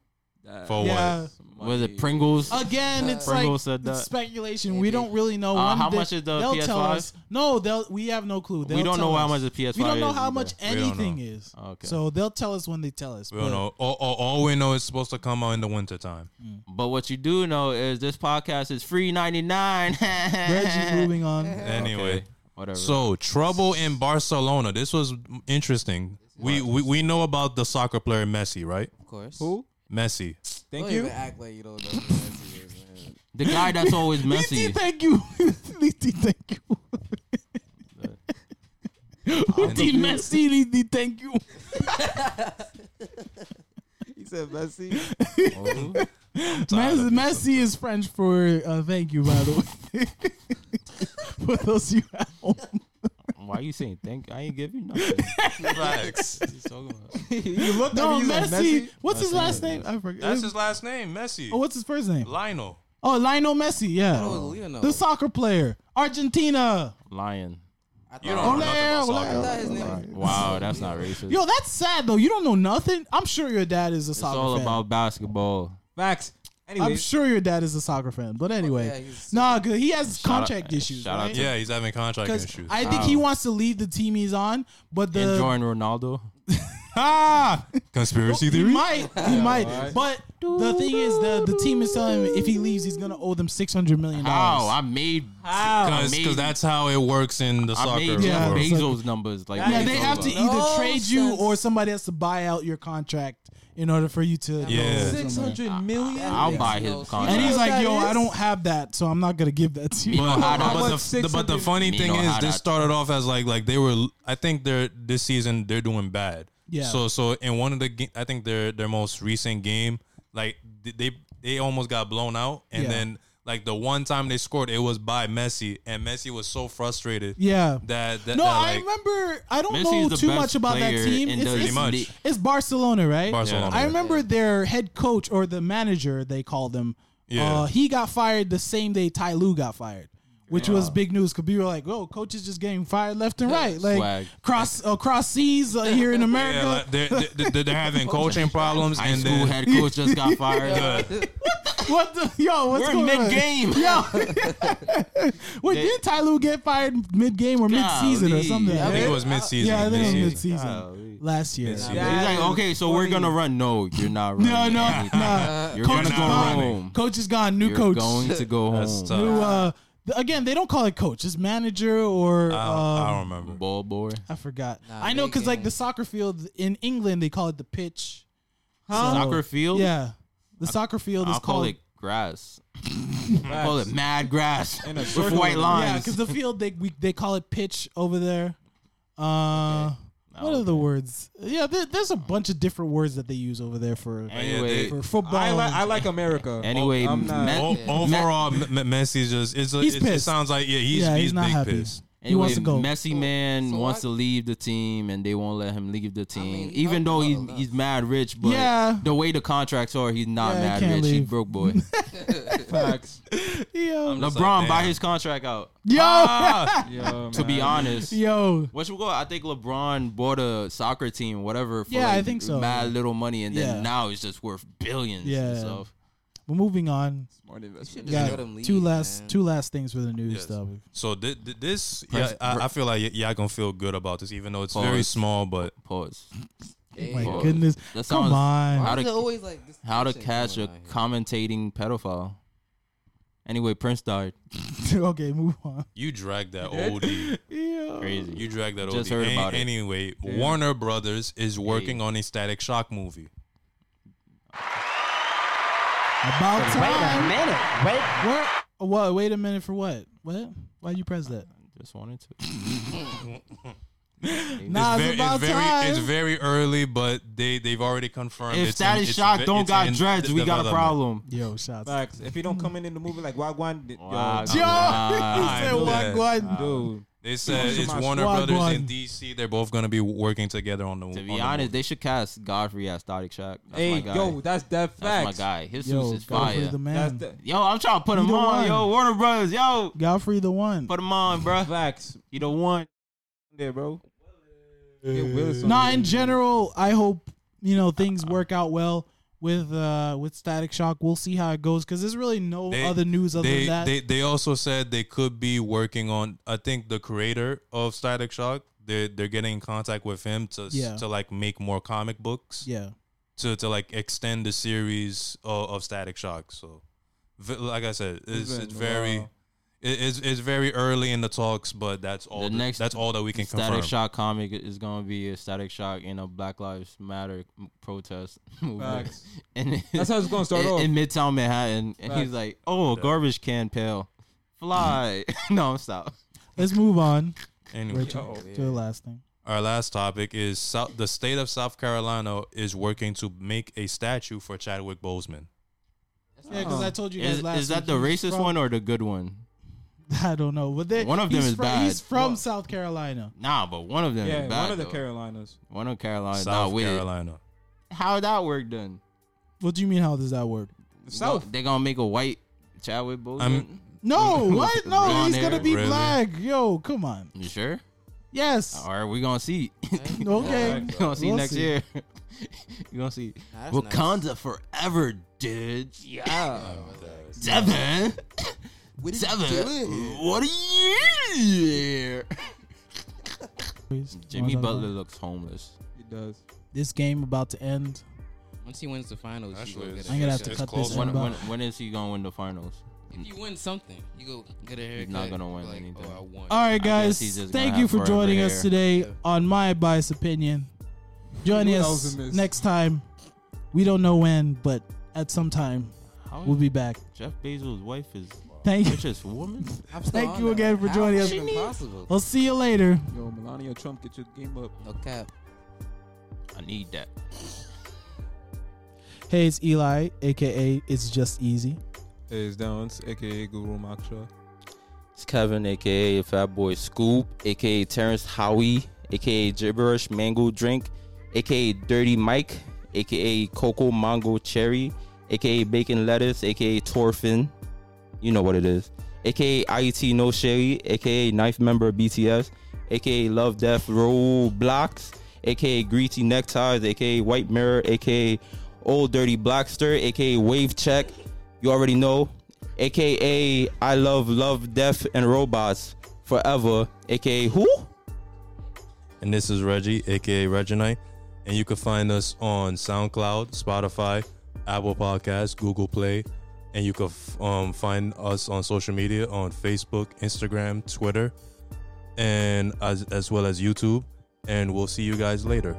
for
yeah.
Was it Pringles?
Uh, Again, it's
Oh, Pringle
like
said
it's
that.
speculation. We don't really know
Uh,
One
how
day-
much is the
they'll Tell
PS5?
us. No, they'll, we have no clue. They'll
we don't
tell
know how
us.
much the PS5
We don't know
is
how
either.
much
We don't
anything
know. Oh,
is.
Okay.
So they'll tell us when they tell us.
we don't
but-
know. All, all, all we know is supposed to come out in the wintertime.
But what you do know is this podcast is free ninety nine.
Reggie, moving on.
Anyway.
Whatever.
So trouble in Barcelona. This was interesting. We, we we know about the soccer player Messi, right?
of course.
Who?
Messi.
Thank
Don't
you.
even act like you don't know who Messi is, man.
the guy that's always
Liti,
messy.
thank you. Liti, thank you. Uti, merci, Liti, thank you.
He said Messi.
Oh.
Mes- Messi is French for uh, thank you, by the way. for those you at home.
Why you saying thank? I ain't give you nothing.
Facts.
He's talking about-
you looked
No,
at me. you said
Messi. What's his
Messi,
last
yeah,
name? I forgot.
That's his last name, Messi.
oh, what's his first name?
Lionel.
Oh, Lionel Messi.
Oh,
Yeah,
Lionel.
the soccer player, Argentina.
Lion.
I thought,
You
Oh,
don't know nothing
Ole,
about
I thought
soccer.
his name was
Wow, that's not racist.
Yo, that's sad though. You don't know nothing. I'm sure your dad is a
it's
soccer
all
fan.
about basketball.
Facts.
I'm
Anyway,
sure your dad is a soccer fan, but anyway,
yeah, he's-
nah, 'cause he has
out-
contract issues.
shout out
right?
Yeah, he's having contract
Because
issues.
I think he wants to leave the team he's on, but
and
the
Jordan Ronaldo.
ah, conspiracy
he
theory.
might, he might. But the thing is, the the team is telling him if he leaves, he's gonna owe them six hundred million
How
dollars.
I made
Because that's how it works in the
I
soccer
made
world.
Yeah.
Jeff
it's like-
Bezos numbers. Like
Yeah,
what
they
you
have to
talking
either
about.
No
trade you
sense.
or somebody has to buy out your contract in order for you to.
Yeah.
six hundred million.
That
I'll
makes
buy
no
his
sense.
contract.
And he's
know
like,
what
"Yo,
that
I
is?
don't have that, so I'm not gonna give that to you."
But,
But,
how
but
much?
the, the- but the
600?
funny thing
Mino
is,
Haddad.
this started off as like like they were. I think they're this season they're doing bad.
Yeah.
So so in one of the ga- I think their their most recent game, like th- they they almost got blown out, and
Yeah.
then like the one time they scored, it was by Messi, and Messi was so frustrated.
Yeah.
That that,
No,
that,
I
like,
remember. I don't
Messi is
know
the
too
best
much about that
player
team.
in
It's,
the
it's,
much.
league.
it's Barcelona, right?
Barcelona.
I remember their head coach or the manager they called him.
Yeah.
Uh, he got fired the same day Ty Lue got fired, which was big news. Because we were like, "Oh, coach is just getting fired left and right, like
Swag.
cross across seas uh, here in America."
Yeah, like, they're, they're, they're- they're having coaching problems,
High
and
school
then
head coach just got fired.
the,
what the yo? What's
We're
going
mid
on?
game.
Yo, wait, did Ty Lue get fired mid-game or mid-season or
Golly.
something?
I
like
think
that?
it was midseason.
yeah, I think it
midseason.
was mid-season
Golly.
last year.
Mid-season.
He's like, okay, so we're gonna run. No, you're not running.
No, no,
anything.
no.
You're
Coach
gonna
is
go
gone.
home.
Coach is gone. New
You're
coach.
going to go
That's
home.
tough.
New, uh, th- again, they don't call it coach. It's manager or
I, don't,
um,
I don't remember.
Ball boy.
I forgot.
Nah,
I know
they
because like
game.
the soccer field in England, they call it the pitch. Huh?
Soccer field?
Oh. Yeah, the soccer field is
I'll call
called.
it grass. I call it mad grass
And a
with
circle.
white
yeah,
lines.
because the field they we, they call it pitch over there. Uh, what are the words? Yeah, there, there's a bunch of different words that they use over there for
Oh,
anyway,
for football.
I like I like America.
anyway,
I'm not-
men-
O-
Oh,
overall, M- M- Messi's just it's a,
He's
it's, it
pissed.
sounds like yeah he's
Yeah,
he's,
he's not
big
happy.
pissed.
He
Anyway,
wants to go.
Messy man
so
wants
I-
to leave the team, and they won't let him leave the team.
mean,
Even
I-
though he's,
well, that's-
he's mad rich, but
Yeah.
the way the contracts are, he's not
Yeah, he
mad
can't
rich. He's
leave.
broke boy.
Facts.
yo,
LeBron
just like,
buy
damn.
his contract out.
yo,
Ah!
Yo,
To be
man.
honest,
yo.
What you call? it? I think LeBron bought a soccer team, whatever. For
Yeah, I
like
think so.
Mad little money, and then
Yeah.
now it's just worth billions.
Yeah.
and stuff.
We're moving on.
Smart
should
investment.
just
Yeah,
let him leave.
two last
man.
two last things for the news
Yes.
stuff.
So thi- thi- this,
Press-
yeah, I,
pre-
I feel like y- y'all gonna feel good about this, even though it's
Pause.
very small. But
Pause.
Hey,
My
why
Pause.
goodness,
That
come
sounds-
on.
How
is
to-
it always like this
How to
shit
catch a
going on here?
commentating pedophile? Anyway, Prince died.
okay, move on.
you drag that OD,
Yeah.
Crazy.
you drag that OD.
Just heard
An-
about it.
Anyway, Warner Brothers is working on a Static Shock movie.
About time.
minute. Wait.
Where, what? Wait a minute for what? What? Why you press that?
Just wanted to.
Nah, it's,
Ve-
about
very,
time.
it's very early, but they they've already confirmed.
If
it's
Static
in- it's
Shock
ve-
don't
it's
got
in
dreads, we got a
development.
problem.
Yo, shots.
Facts. If he don't come in in the movie like Wagwan, yo,
Wow.
Yo,
Ah,
he said
dude.
Wagwan.
dude.
They said
Those are
it's
my
Warner
squad
Brothers
one.
and DC. They're both gonna be working together on the.
To
on
be
the
honest,
movie.
they should cast Godfrey as Static Shock. That's
Hey,
my guy.
yo, that's that fact.
That's my guy. His
Yo,
suit is
Godfrey
fire.
the
That's
man.
the
Yo, I'm trying to put
He
him
the
on.
one.
Yo, Warner Brothers. Yo,
Godfrey the one.
put him on, bruh.
facts.
You the one.
There, bro. Get Willis on
Nah,
there.
in general, I hope you know things work out well with uh with Static Shock. We'll see how it goes because there's really no
They-
other news other
they,
than that.
They they also said they could be working on. I think the creator of Static Shock. They're they're getting in contact with him to s-
Yeah.
to like make more comic books
yeah,
to to like extend the series of, of Static Shock. So, v- like I said, it's,
been
it's
a
very.
while.
it- It's, it's very early in the talks, but that's all.
The
that-
next
that's all that we can
Static
confirm.
Shock comic is gonna be a Static Shock in a Black Lives Matter m- protest movement.
Facts.
And it-
That's how it's gonna start
in,
off.
in Midtown Manhattan, and he's
Facts.
like, "Oh, garbage can pail, fly." no, stop.
let's move on.
Anyway,
Rachel, to the last thing.
our last topic is South, the state of South Carolina is working to make a statue for Chadwick Boseman.
Yeah, because I told you guys
Is,
last.
is that the racist one or the good one?
I don't know, but they,
One of them
he's
is
from,
bad.
He's from
Well-
South Carolina.
Nah, but one of them.
yeah,
is bad,
one of the
though.
Carolinas.
One of Carolina.
South
not with it.
Carolina.
How that work then?
What do you mean? How does that work?
South.
They gonna make a white Chadwick Boseman?
I'm-
No, what? No,
Blonde
he's gonna
hair.
be
Really?
black. Yo, come on.
you sure?
Yes.
Or we gonna see?
Okay.
you gonna see
We'll
next
see.
year? you gonna see?
Nah, that's nice.
Wakanda forever, dude.
Yeah.
Devin,
What is
Devin, what are you? Here? Jimmy Butler looks homeless.
It does.
This game about to end.
Once he wins the finals, he
Actually,
go
it's-
get a
I'm gonna have to
It's
cut
close.
this
When,
one.
when, when is he gonna win the finals?
If you win something, you go get a haircut.
not gonna
you
win
like,
anything.
Oh, I won.
All right,
guess
guys.
he's just
Thank
gonna
you
have
for
forever
joining us
hair.
today on my biased opinion. Join
Who
us
knows in this?
next time. We don't know when, but at some time
How
we'll be back.
Jeff Bezos' wife is
Thank you.
richest woman.
I'm still
Thank
on
you
that.
again for
How
joining
is
us.
it even possible?
We'll see you later.
Yo, Melania Trump, get your game up.
No cap.
I need that.
Hey, it's Eli, aka It's Just Easy.
Hey, it's Downs, aka Guru Maksha.
It's Kevin, aka Fat Boy Scoop, aka Terrence Howie, aka Gibberish Mango Drink, aka Dirty Mike, aka Coco Mango Cherry, aka Bacon Lettuce, aka Torfin. You know what it is. AKA IET E No Sherry, aka Knife Member of BTS, aka Love Death Roadblocks, aka Greasy Neckties, aka White Mirror, aka Old Dirty Blackster, aka Wave Check. You already know. AKA I Love Love Death and Robots Forever. AKA Who?
And this is Reggie, aka Reginite. And you can find us on SoundCloud, Spotify, Apple Podcasts, Google Play. And you can f- um, find us on social media on Facebook, Instagram, Twitter, and as, as well as YouTube. And we'll see you guys later.